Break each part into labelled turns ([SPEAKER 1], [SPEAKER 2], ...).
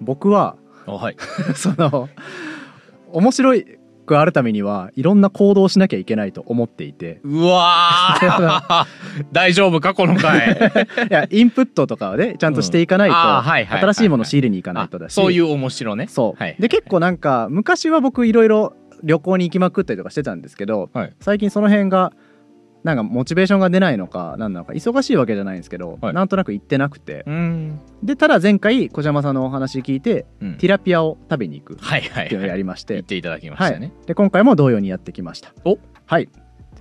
[SPEAKER 1] 僕は
[SPEAKER 2] あはい
[SPEAKER 1] その面白くあるためにはいろんな行動をしなきゃいけないと思っていて
[SPEAKER 2] うわー 大丈夫かこの回
[SPEAKER 1] いやインプットとかはねちゃんとしていかないと、
[SPEAKER 2] うんあーはいはいはいはい
[SPEAKER 1] 新しいものを仕入れに行かない
[SPEAKER 2] あ
[SPEAKER 1] とだし
[SPEAKER 2] そういう面白ね
[SPEAKER 1] そう、
[SPEAKER 2] はい
[SPEAKER 1] で結構なんか昔は僕いろいろ旅行に行きまくったりとかしてたんですけど、
[SPEAKER 2] はい
[SPEAKER 1] 最近その辺がなんかモチベーションが出ないのか何なのか忙しいわけじゃないんですけど、
[SPEAKER 2] はい
[SPEAKER 1] なんとなく行ってなくて
[SPEAKER 2] うん
[SPEAKER 1] でただ前回小山さんのお話聞いて
[SPEAKER 2] うん
[SPEAKER 1] ティラピアを食べに行くっ
[SPEAKER 2] はいは
[SPEAKER 1] てい
[SPEAKER 2] い
[SPEAKER 1] の
[SPEAKER 2] う
[SPEAKER 1] を
[SPEAKER 2] は
[SPEAKER 1] や
[SPEAKER 2] い
[SPEAKER 1] りまして、
[SPEAKER 2] 言っていただきましたね
[SPEAKER 1] で今回も同様にやってきました
[SPEAKER 2] お
[SPEAKER 1] はい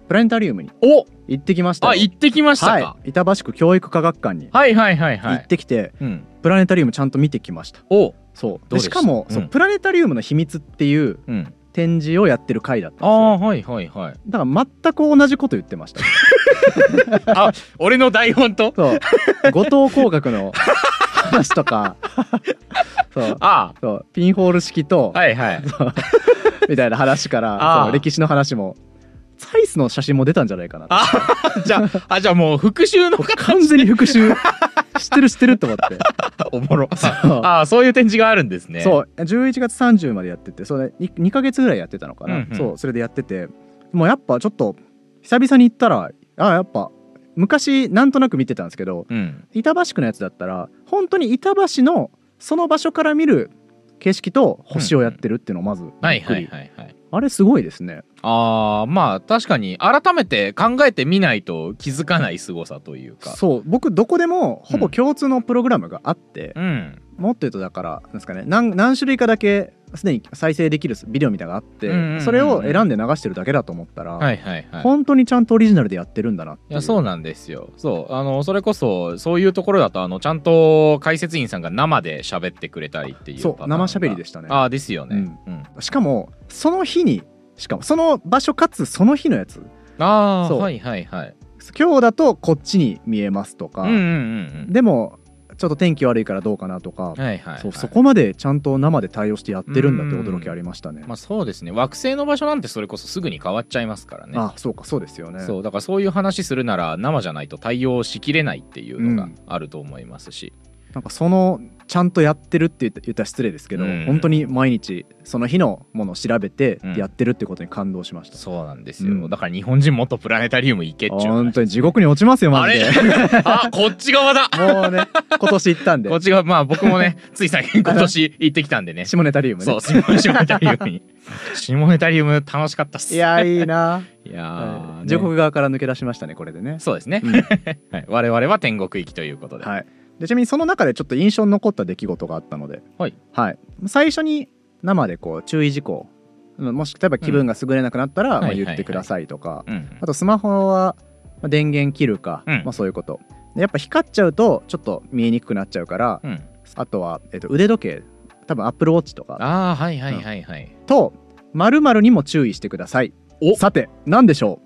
[SPEAKER 1] プラネタリウムに
[SPEAKER 2] お
[SPEAKER 1] 行ってきましたよ
[SPEAKER 2] あ行ってきましたか
[SPEAKER 1] はい、板橋区教育科学館に
[SPEAKER 2] はいはいはいは
[SPEAKER 1] 行っ
[SPEAKER 2] い
[SPEAKER 1] てきて、
[SPEAKER 2] うん
[SPEAKER 1] プラネタリウムちゃんと見てきました
[SPEAKER 2] お
[SPEAKER 1] そう
[SPEAKER 2] どう
[SPEAKER 1] で
[SPEAKER 2] で
[SPEAKER 1] し
[SPEAKER 2] した
[SPEAKER 1] かも、
[SPEAKER 2] うん
[SPEAKER 1] そうプラネタリウムの秘密っていう
[SPEAKER 2] うん
[SPEAKER 1] 展示をやってる回だったんです
[SPEAKER 2] あ
[SPEAKER 1] よ
[SPEAKER 2] あはいはいはい
[SPEAKER 1] だから全く同じこと言ってま した。
[SPEAKER 2] あ俺の台本と
[SPEAKER 1] そう。後藤工学の話とか、 そう。
[SPEAKER 2] あ
[SPEAKER 1] そうピンホール式と、
[SPEAKER 2] はいはい
[SPEAKER 1] みたいな話から
[SPEAKER 2] あー
[SPEAKER 1] そう歴史の話もツァイスの写真も出たんじゃないかな
[SPEAKER 2] あ じゃああじゃあもう復習の
[SPEAKER 1] 完全に復習してるしてると思 って
[SPEAKER 2] おもろ
[SPEAKER 1] そう
[SPEAKER 2] あそういう展示があるんですね
[SPEAKER 1] そう11月30までやっててそれ 2, ヶ月ぐらいやってたのかな、
[SPEAKER 2] うんうん
[SPEAKER 1] そうそれでやっててもうやっぱちょっと久々に行ったらあやっぱ昔なんとなく見てたんですけど
[SPEAKER 2] うん
[SPEAKER 1] 板橋区のやつだったら本当に板橋のその場所から見る景色と星をやってるっていうのをまずびっくり、
[SPEAKER 2] はいはいはいはい
[SPEAKER 1] あれすごいですね
[SPEAKER 2] あーまあ確かに改めて考えてみないと気づかない凄さというか
[SPEAKER 1] そう僕どこでもほぼ共通のプログラムがあって、
[SPEAKER 2] うん
[SPEAKER 1] もっと言うとだからなんですかね何何種類かだけすでに再生できるビデオみたいなのがあって、
[SPEAKER 2] うんうんうんうん
[SPEAKER 1] それを選んで流してるだけだと思ったら、
[SPEAKER 2] はいはいはい
[SPEAKER 1] 本当にちゃんとオリジナルでやってるんだなってい
[SPEAKER 2] いやそうなんですよそうあのそれこそそういうところだとあのちゃんと解説員さんが生で喋ってくれたりっていう
[SPEAKER 1] そう
[SPEAKER 2] パターンが
[SPEAKER 1] 生喋りでしたね
[SPEAKER 2] ああですよね、うん
[SPEAKER 1] しかもその日にしかもその場所かつその日のやつ
[SPEAKER 2] ああ
[SPEAKER 1] そう
[SPEAKER 2] はいはいはい
[SPEAKER 1] 今日だとこっちに見えますとか、
[SPEAKER 2] うんうんうん
[SPEAKER 1] でもちょっと天気悪いからどうかなとか、
[SPEAKER 2] うんはいはい、はい、
[SPEAKER 1] そうそこまでちゃんと生で対応してやってるんだって驚きありましたね。
[SPEAKER 2] まあそうですね惑星の場所なんてそれこそすぐに変わっちゃいますからね
[SPEAKER 1] あそうかそうですよね。
[SPEAKER 2] そうだからそういう話するなら生じゃないと対応しきれないっていうの
[SPEAKER 1] う
[SPEAKER 2] が
[SPEAKER 1] ん
[SPEAKER 2] あると思いますし、
[SPEAKER 1] なんかそのちゃんとやってるって言った言ったら失礼ですけど、
[SPEAKER 2] うん
[SPEAKER 1] 本当に毎日その日のものを調べて
[SPEAKER 2] うん
[SPEAKER 1] やってるってことに感動しました。
[SPEAKER 2] そうなんです
[SPEAKER 1] う
[SPEAKER 2] よ、
[SPEAKER 1] ん
[SPEAKER 2] だから日本人もっとプラネタリウム行けっちゅう話
[SPEAKER 1] 本当に地獄に落ちますよ
[SPEAKER 2] あ
[SPEAKER 1] マジ
[SPEAKER 2] れ
[SPEAKER 1] で。
[SPEAKER 2] あこっち側だ
[SPEAKER 1] もう ね今年行ったんで
[SPEAKER 2] こっち側まあ僕もねつい最近今年行ってきたん でね
[SPEAKER 1] 下ネタリウムね
[SPEAKER 2] そう。下ネタリウ ムに下ネタリウム楽しかったっす
[SPEAKER 1] いやいい な、
[SPEAKER 2] いやー
[SPEAKER 1] はい
[SPEAKER 2] ね
[SPEAKER 1] 地獄側から抜け出しましたねこれでね。
[SPEAKER 2] そうですね、
[SPEAKER 1] うん
[SPEAKER 2] はい、我々は天国行きということで、
[SPEAKER 1] はい、でちなみにその中でちょっと印象に残った出来事があったので、
[SPEAKER 2] はい
[SPEAKER 1] 最初に生でこう注意事項うんもし例えば気分が優れなくなったら、
[SPEAKER 2] うん
[SPEAKER 1] まあ、
[SPEAKER 2] はいはいはい
[SPEAKER 1] 言ってくださいとか、
[SPEAKER 2] うん
[SPEAKER 1] あとスマホはまあ電源切るか、
[SPEAKER 2] うん
[SPEAKER 1] まあ、そういうことでやっぱ光っちゃうとちょっと見えにくくなっちゃうから、
[SPEAKER 2] うん、
[SPEAKER 1] あとは、えっと腕時計多分アップルウォッチとか
[SPEAKER 2] ああはいはいはいはい、
[SPEAKER 1] と〇〇にも注意してください
[SPEAKER 2] お
[SPEAKER 1] さて何でしょ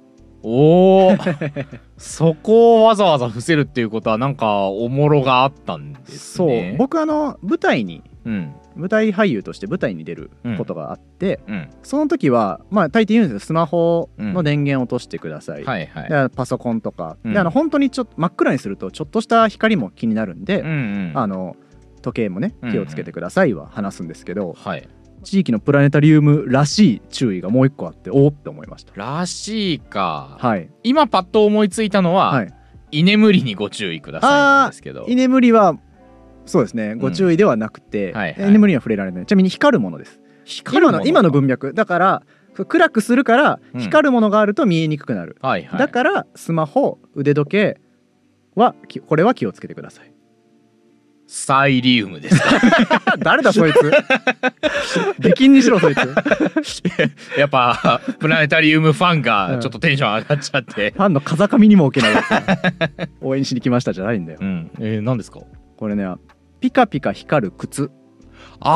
[SPEAKER 2] おお そこをわざわざ伏せるっていうことはなんかおもろがあったん
[SPEAKER 1] う
[SPEAKER 2] です
[SPEAKER 1] そう
[SPEAKER 2] ね
[SPEAKER 1] 僕あの舞台に
[SPEAKER 2] う、うん
[SPEAKER 1] 舞台俳優として舞台に出ることがあって、
[SPEAKER 2] うん、
[SPEAKER 1] その時はまあ大抵言うんですよスマホの電源を落としてください、
[SPEAKER 2] はいはい
[SPEAKER 1] でパソコンとか、
[SPEAKER 2] うん
[SPEAKER 1] であの本当にちょっと真っ暗にするとちょっとした光も気になるんで、
[SPEAKER 2] うんうん
[SPEAKER 1] あの時計もね
[SPEAKER 2] うんうん
[SPEAKER 1] 気をつけてくださいは話すんですけど、
[SPEAKER 2] はい
[SPEAKER 1] 地域のプラネタリウムらしい注意がもう一個あっておおって思いました
[SPEAKER 2] らしいか、
[SPEAKER 1] はい
[SPEAKER 2] 今パッと思いついたのは、
[SPEAKER 1] はい
[SPEAKER 2] 居眠りにご注意くださいなんですけど
[SPEAKER 1] 居眠りはそうですねご注意ではなくて、
[SPEAKER 2] うんはいはい
[SPEAKER 1] 居眠りには触れられないちなみに光るものです
[SPEAKER 2] 光るも
[SPEAKER 1] 今の今の文脈だから暗くするから
[SPEAKER 2] うん
[SPEAKER 1] 光るものがあると見えにくくなる、
[SPEAKER 2] はいはい
[SPEAKER 1] だからスマホ腕時計はきこれは気をつけてくだ さい
[SPEAKER 2] サイリウ ムですか
[SPEAKER 1] 誰だそいつ 出禁にしろそいつフ
[SPEAKER 2] やっぱプラネタリウムファンがちょっとテンション上がっちゃって、
[SPEAKER 1] ァンの風上にも置けないやつ 応援しに来ましたじゃないんだよ
[SPEAKER 2] うんえー、何ですか
[SPEAKER 1] これねピカピカ光る靴
[SPEAKER 2] あーはあ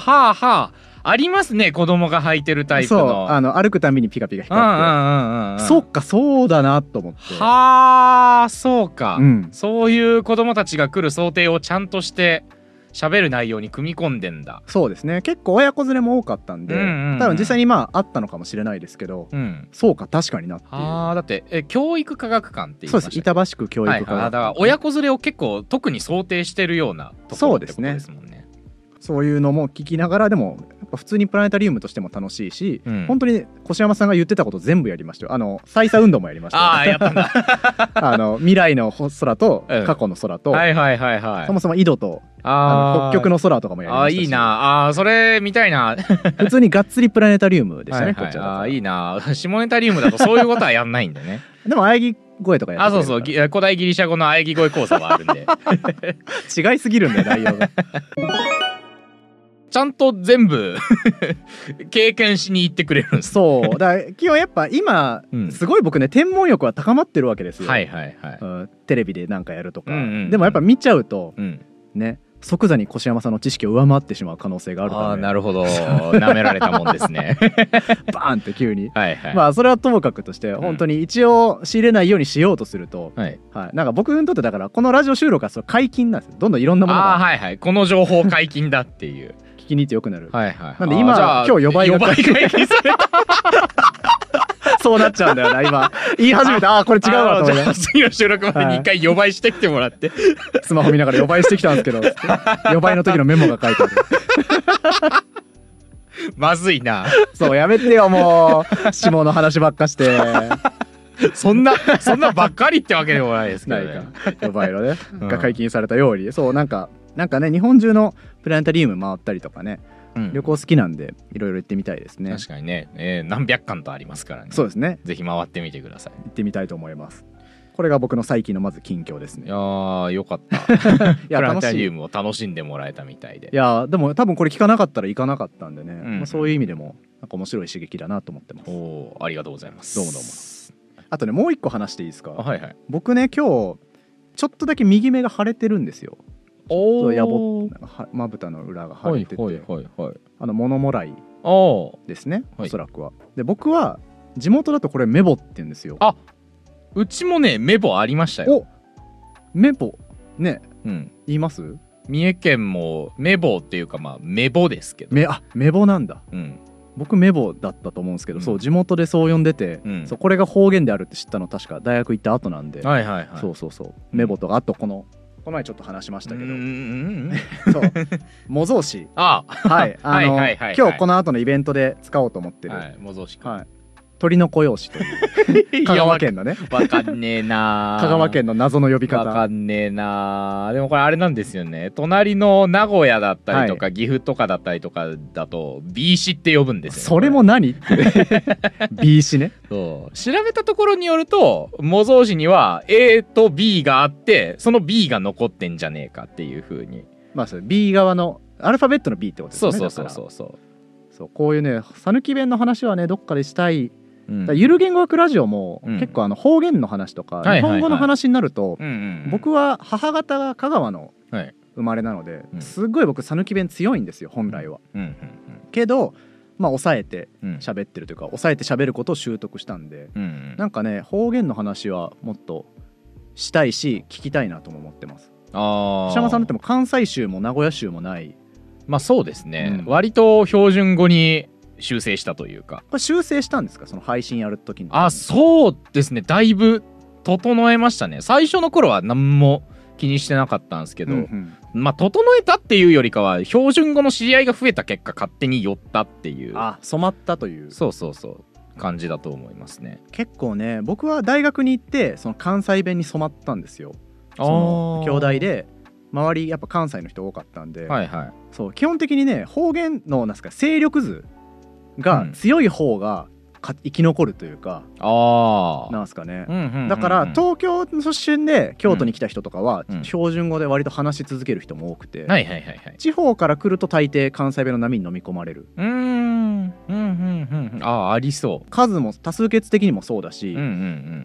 [SPEAKER 2] はあはあありますね子供が履いてるタイプ
[SPEAKER 1] そう
[SPEAKER 2] の
[SPEAKER 1] あの歩くたびにピカピカ
[SPEAKER 2] うんうん
[SPEAKER 1] 光って、
[SPEAKER 2] うんうん
[SPEAKER 1] そっかそうだなと思って
[SPEAKER 2] はあそうか、
[SPEAKER 1] うん
[SPEAKER 2] そういう子供たちが来る想定をちゃんとして喋る内容に組み込んでんだ。
[SPEAKER 1] そうですね結構親子連れも多かったんで、
[SPEAKER 2] うんうんうん
[SPEAKER 1] 多分実際にまああったのかもしれないですけど、
[SPEAKER 2] うん。
[SPEAKER 1] そうか確かになっていう
[SPEAKER 2] ああだってえ教育科学館って言い
[SPEAKER 1] そう
[SPEAKER 2] ま
[SPEAKER 1] で
[SPEAKER 2] し
[SPEAKER 1] す
[SPEAKER 2] た
[SPEAKER 1] 板橋区教育
[SPEAKER 2] はい
[SPEAKER 1] 課、
[SPEAKER 2] はい、だから親子連れを結構特に想定してるようなところってことですもんね。
[SPEAKER 1] そういうのも聞きながらでもやっぱ普通にプラネタリウムとしても楽しいし、
[SPEAKER 2] うん
[SPEAKER 1] 本当に越山さんが言ってたこと全部やりましたよあの再三運動もやりましたよ
[SPEAKER 2] ああやった んだ。
[SPEAKER 1] あの未来の空と
[SPEAKER 2] うん
[SPEAKER 1] 過去の空と、
[SPEAKER 2] はいはいはいはい。
[SPEAKER 1] そもそも井戸とあの
[SPEAKER 2] あー
[SPEAKER 1] 北極の空とかもやり
[SPEAKER 2] あ
[SPEAKER 1] ま
[SPEAKER 2] ー
[SPEAKER 1] したし
[SPEAKER 2] いいなあーそれ見たいな。
[SPEAKER 1] 普通にがっつりプラネタリウムでした
[SPEAKER 2] はい
[SPEAKER 1] ね、
[SPEAKER 2] は
[SPEAKER 1] こっ
[SPEAKER 2] い、
[SPEAKER 1] ちは
[SPEAKER 2] あーいいな あ下ネタリウムだとそういうことはやんないんで ね
[SPEAKER 1] でも喘ぎ声とかや
[SPEAKER 2] あ
[SPEAKER 1] ってく
[SPEAKER 2] そう
[SPEAKER 1] れるか
[SPEAKER 2] そ
[SPEAKER 1] ら
[SPEAKER 2] うぎ古代ギリシャ語の喘ぎ声講座はあるん で
[SPEAKER 1] 違いすぎるんだよ内容が
[SPEAKER 2] ちゃんと全部 経験しに行ってくれるんで す
[SPEAKER 1] そうだから基本やっぱ今、
[SPEAKER 2] うん
[SPEAKER 1] すごい僕ね天文欲は高まってるわけですよ、
[SPEAKER 2] はいはいはい、
[SPEAKER 1] うんテレビでなんかやるとか、
[SPEAKER 2] うんうんうん
[SPEAKER 1] でもやっぱ見ちゃうと
[SPEAKER 2] うん、
[SPEAKER 1] ね即座に越山さんの知識を上回ってしまう可能性がある
[SPEAKER 2] あ
[SPEAKER 1] か
[SPEAKER 2] あ
[SPEAKER 1] ら、
[SPEAKER 2] な
[SPEAKER 1] ね、
[SPEAKER 2] るほどなめられたもんで すね
[SPEAKER 1] バーンって急に。
[SPEAKER 2] はいはい、
[SPEAKER 1] まあそれはともかくとして
[SPEAKER 2] ん
[SPEAKER 1] 本当に一応仕入れないようにしようとすると、
[SPEAKER 2] はい、
[SPEAKER 1] はい、なんか僕にとってだからこのラジオ収録はそう解禁なんですよどんどんいろんなもの
[SPEAKER 2] ああ
[SPEAKER 1] が
[SPEAKER 2] はいはいこの情報解禁だっていう
[SPEAKER 1] 聞きに行ってよくなる、
[SPEAKER 2] はいはい
[SPEAKER 1] なんで今
[SPEAKER 2] あーじゃあ
[SPEAKER 1] 今日呼ばれが
[SPEAKER 2] 呼ばれが解禁された
[SPEAKER 1] そうなっちゃうんだよな 今言い始めたあーこれ 違うわと思
[SPEAKER 2] あー
[SPEAKER 1] い
[SPEAKER 2] じゃ
[SPEAKER 1] ま
[SPEAKER 2] あ
[SPEAKER 1] す
[SPEAKER 2] 次の収録までに一回呼ばいしてきてもらって
[SPEAKER 1] スマホ見ながら予売してきたんですけどつって予売の時のメモが書いてある
[SPEAKER 2] まずいな
[SPEAKER 1] そうやめてよもう下の話ばっかして
[SPEAKER 2] そんなそんなばっかりってわけでもないですけど、
[SPEAKER 1] な
[SPEAKER 2] ね、
[SPEAKER 1] いか予売のね
[SPEAKER 2] うん
[SPEAKER 1] が解禁されたようにそうなんかなんかね日本中のプラネタリウム回ったりとかね
[SPEAKER 2] うん
[SPEAKER 1] 旅行好きなんでいろいろ行ってみたいですね
[SPEAKER 2] 確かにね、えー何百巻とありますからね
[SPEAKER 1] そうですね
[SPEAKER 2] ぜひ回ってみてください
[SPEAKER 1] 行ってみたいと思いますこれが僕の最近のまず近況です
[SPEAKER 2] い
[SPEAKER 1] ね
[SPEAKER 2] やーよかった
[SPEAKER 1] い
[SPEAKER 2] プラネ
[SPEAKER 1] 楽
[SPEAKER 2] タ
[SPEAKER 1] しい
[SPEAKER 2] リウ
[SPEAKER 1] い
[SPEAKER 2] ムを楽しんでもらえたみたいで
[SPEAKER 1] やでも多分これ聞かなかったら行かなかったんでね、
[SPEAKER 2] ん
[SPEAKER 1] まあ、そういう意味でもなんか面白い刺激だなと思ってます
[SPEAKER 2] おおーありがとうございます
[SPEAKER 1] どうもどあとねもう一個話していいです
[SPEAKER 2] あ
[SPEAKER 1] か
[SPEAKER 2] はいはい
[SPEAKER 1] 僕ね今日ちょっとだけ右目が腫れてるんですよ
[SPEAKER 2] お
[SPEAKER 1] やぼなんかはまぶたの裏が腫
[SPEAKER 2] は
[SPEAKER 1] れ
[SPEAKER 2] い
[SPEAKER 1] てて、
[SPEAKER 2] はいはいはい
[SPEAKER 1] あの物もらい
[SPEAKER 2] おお
[SPEAKER 1] ですね、
[SPEAKER 2] はい
[SPEAKER 1] おそらくはで僕は地元だとこれメボって言うんですよ
[SPEAKER 2] あうちもねメボありましたよ、
[SPEAKER 1] おメボね
[SPEAKER 2] うん、
[SPEAKER 1] 言います
[SPEAKER 2] 三重県もメボっていうかまあメボですけど、
[SPEAKER 1] めあメボなんだ
[SPEAKER 2] うん、
[SPEAKER 1] 僕メボだったと思うんですけど、
[SPEAKER 2] うん
[SPEAKER 1] そう地元でそう呼んでて、
[SPEAKER 2] うん
[SPEAKER 1] そうこれが方言であるって知ったの確か大学行った後なんで、
[SPEAKER 2] はいはいはい
[SPEAKER 1] そうそうそうメボとかあとこのこの前ちょっと話しましたけ
[SPEAKER 2] う
[SPEAKER 1] ど
[SPEAKER 2] んうんうん
[SPEAKER 1] そう模造紙
[SPEAKER 2] ああ
[SPEAKER 1] はいあの
[SPEAKER 2] はいはいはいはい
[SPEAKER 1] 今日この後のイベントで使おうと思ってる、は
[SPEAKER 2] はいい模造紙
[SPEAKER 1] 鳥の子用紙と いう香川県のね
[SPEAKER 2] わかんねえなー
[SPEAKER 1] 香川県の謎の呼び
[SPEAKER 2] わ
[SPEAKER 1] 方
[SPEAKER 2] かんねえなあでもこれあれなんですよね隣の名古屋だったりとか、岐阜とかだったりとかだと B 市って呼ぶんですよ、ね、
[SPEAKER 1] それも何って B 氏ね
[SPEAKER 2] そう調べたところによると模造紙には A と B があってその B が残ってんじゃねえかっていうふうに
[SPEAKER 1] まあそれ B 側のアルファベットの B ってことです
[SPEAKER 2] そ
[SPEAKER 1] ね
[SPEAKER 2] うそうそう
[SPEAKER 1] う
[SPEAKER 2] そうそう
[SPEAKER 1] そうこういうね讃岐弁の話はねどっかでしたい、
[SPEAKER 2] うん
[SPEAKER 1] だからゆる言語学ラジオも、
[SPEAKER 2] うん
[SPEAKER 1] 結構あの方言の話とか、
[SPEAKER 2] はいはい
[SPEAKER 1] 日
[SPEAKER 2] は
[SPEAKER 1] 本
[SPEAKER 2] い
[SPEAKER 1] 語の話になると、
[SPEAKER 2] うんうんうん
[SPEAKER 1] 僕は母方が香川の
[SPEAKER 2] はい
[SPEAKER 1] 生まれなので、
[SPEAKER 2] うん
[SPEAKER 1] すっごい僕讃岐弁強いんですよ本来は、
[SPEAKER 2] うんうん
[SPEAKER 1] けどまあ抑えて
[SPEAKER 2] うんうん
[SPEAKER 1] 喋ってるというか抑えて喋ることを習得したんで
[SPEAKER 2] うんうん
[SPEAKER 1] なんかね方言の話はもっとしたいし聞きたいなとも思ってます
[SPEAKER 2] あー
[SPEAKER 1] 石山さんだってもう関西州も名古屋州もない
[SPEAKER 2] まあそうですね、
[SPEAKER 1] うん
[SPEAKER 2] 割と標準語に修正したというか
[SPEAKER 1] これ修正したんですかその配信やるときに
[SPEAKER 2] あそうですねだいぶ整えましたね最初の頃は何も気にしてなかったんですけ
[SPEAKER 1] け
[SPEAKER 2] ど、まあ整えたっていうよりかは標準語の知り合いが増えた結果勝手に寄ったっていう
[SPEAKER 1] あ染まったという
[SPEAKER 2] そうそうそう感じだと思いますね
[SPEAKER 1] 結構ね僕は大学に行ってその関西弁に染まったんですよその兄弟で周りやっぱ関西の人多かったんで、
[SPEAKER 2] はいはい
[SPEAKER 1] そう基本的にね方言のなんすか勢力図が
[SPEAKER 2] うん
[SPEAKER 1] 強い方がか生き残るというか、
[SPEAKER 2] ああ
[SPEAKER 1] なんすかね、
[SPEAKER 2] うんうんうんうん
[SPEAKER 1] だから東京の出身で京都に来た人とかは、
[SPEAKER 2] うん
[SPEAKER 1] 標準語で割と話し続ける人も多くて、
[SPEAKER 2] はいはいはいはい
[SPEAKER 1] 地方から来ると大抵関西弁の波に飲み込まれる
[SPEAKER 2] うーんうんうんうんうんああありそ
[SPEAKER 1] 数も多数決的にもそうだし、
[SPEAKER 2] ううんう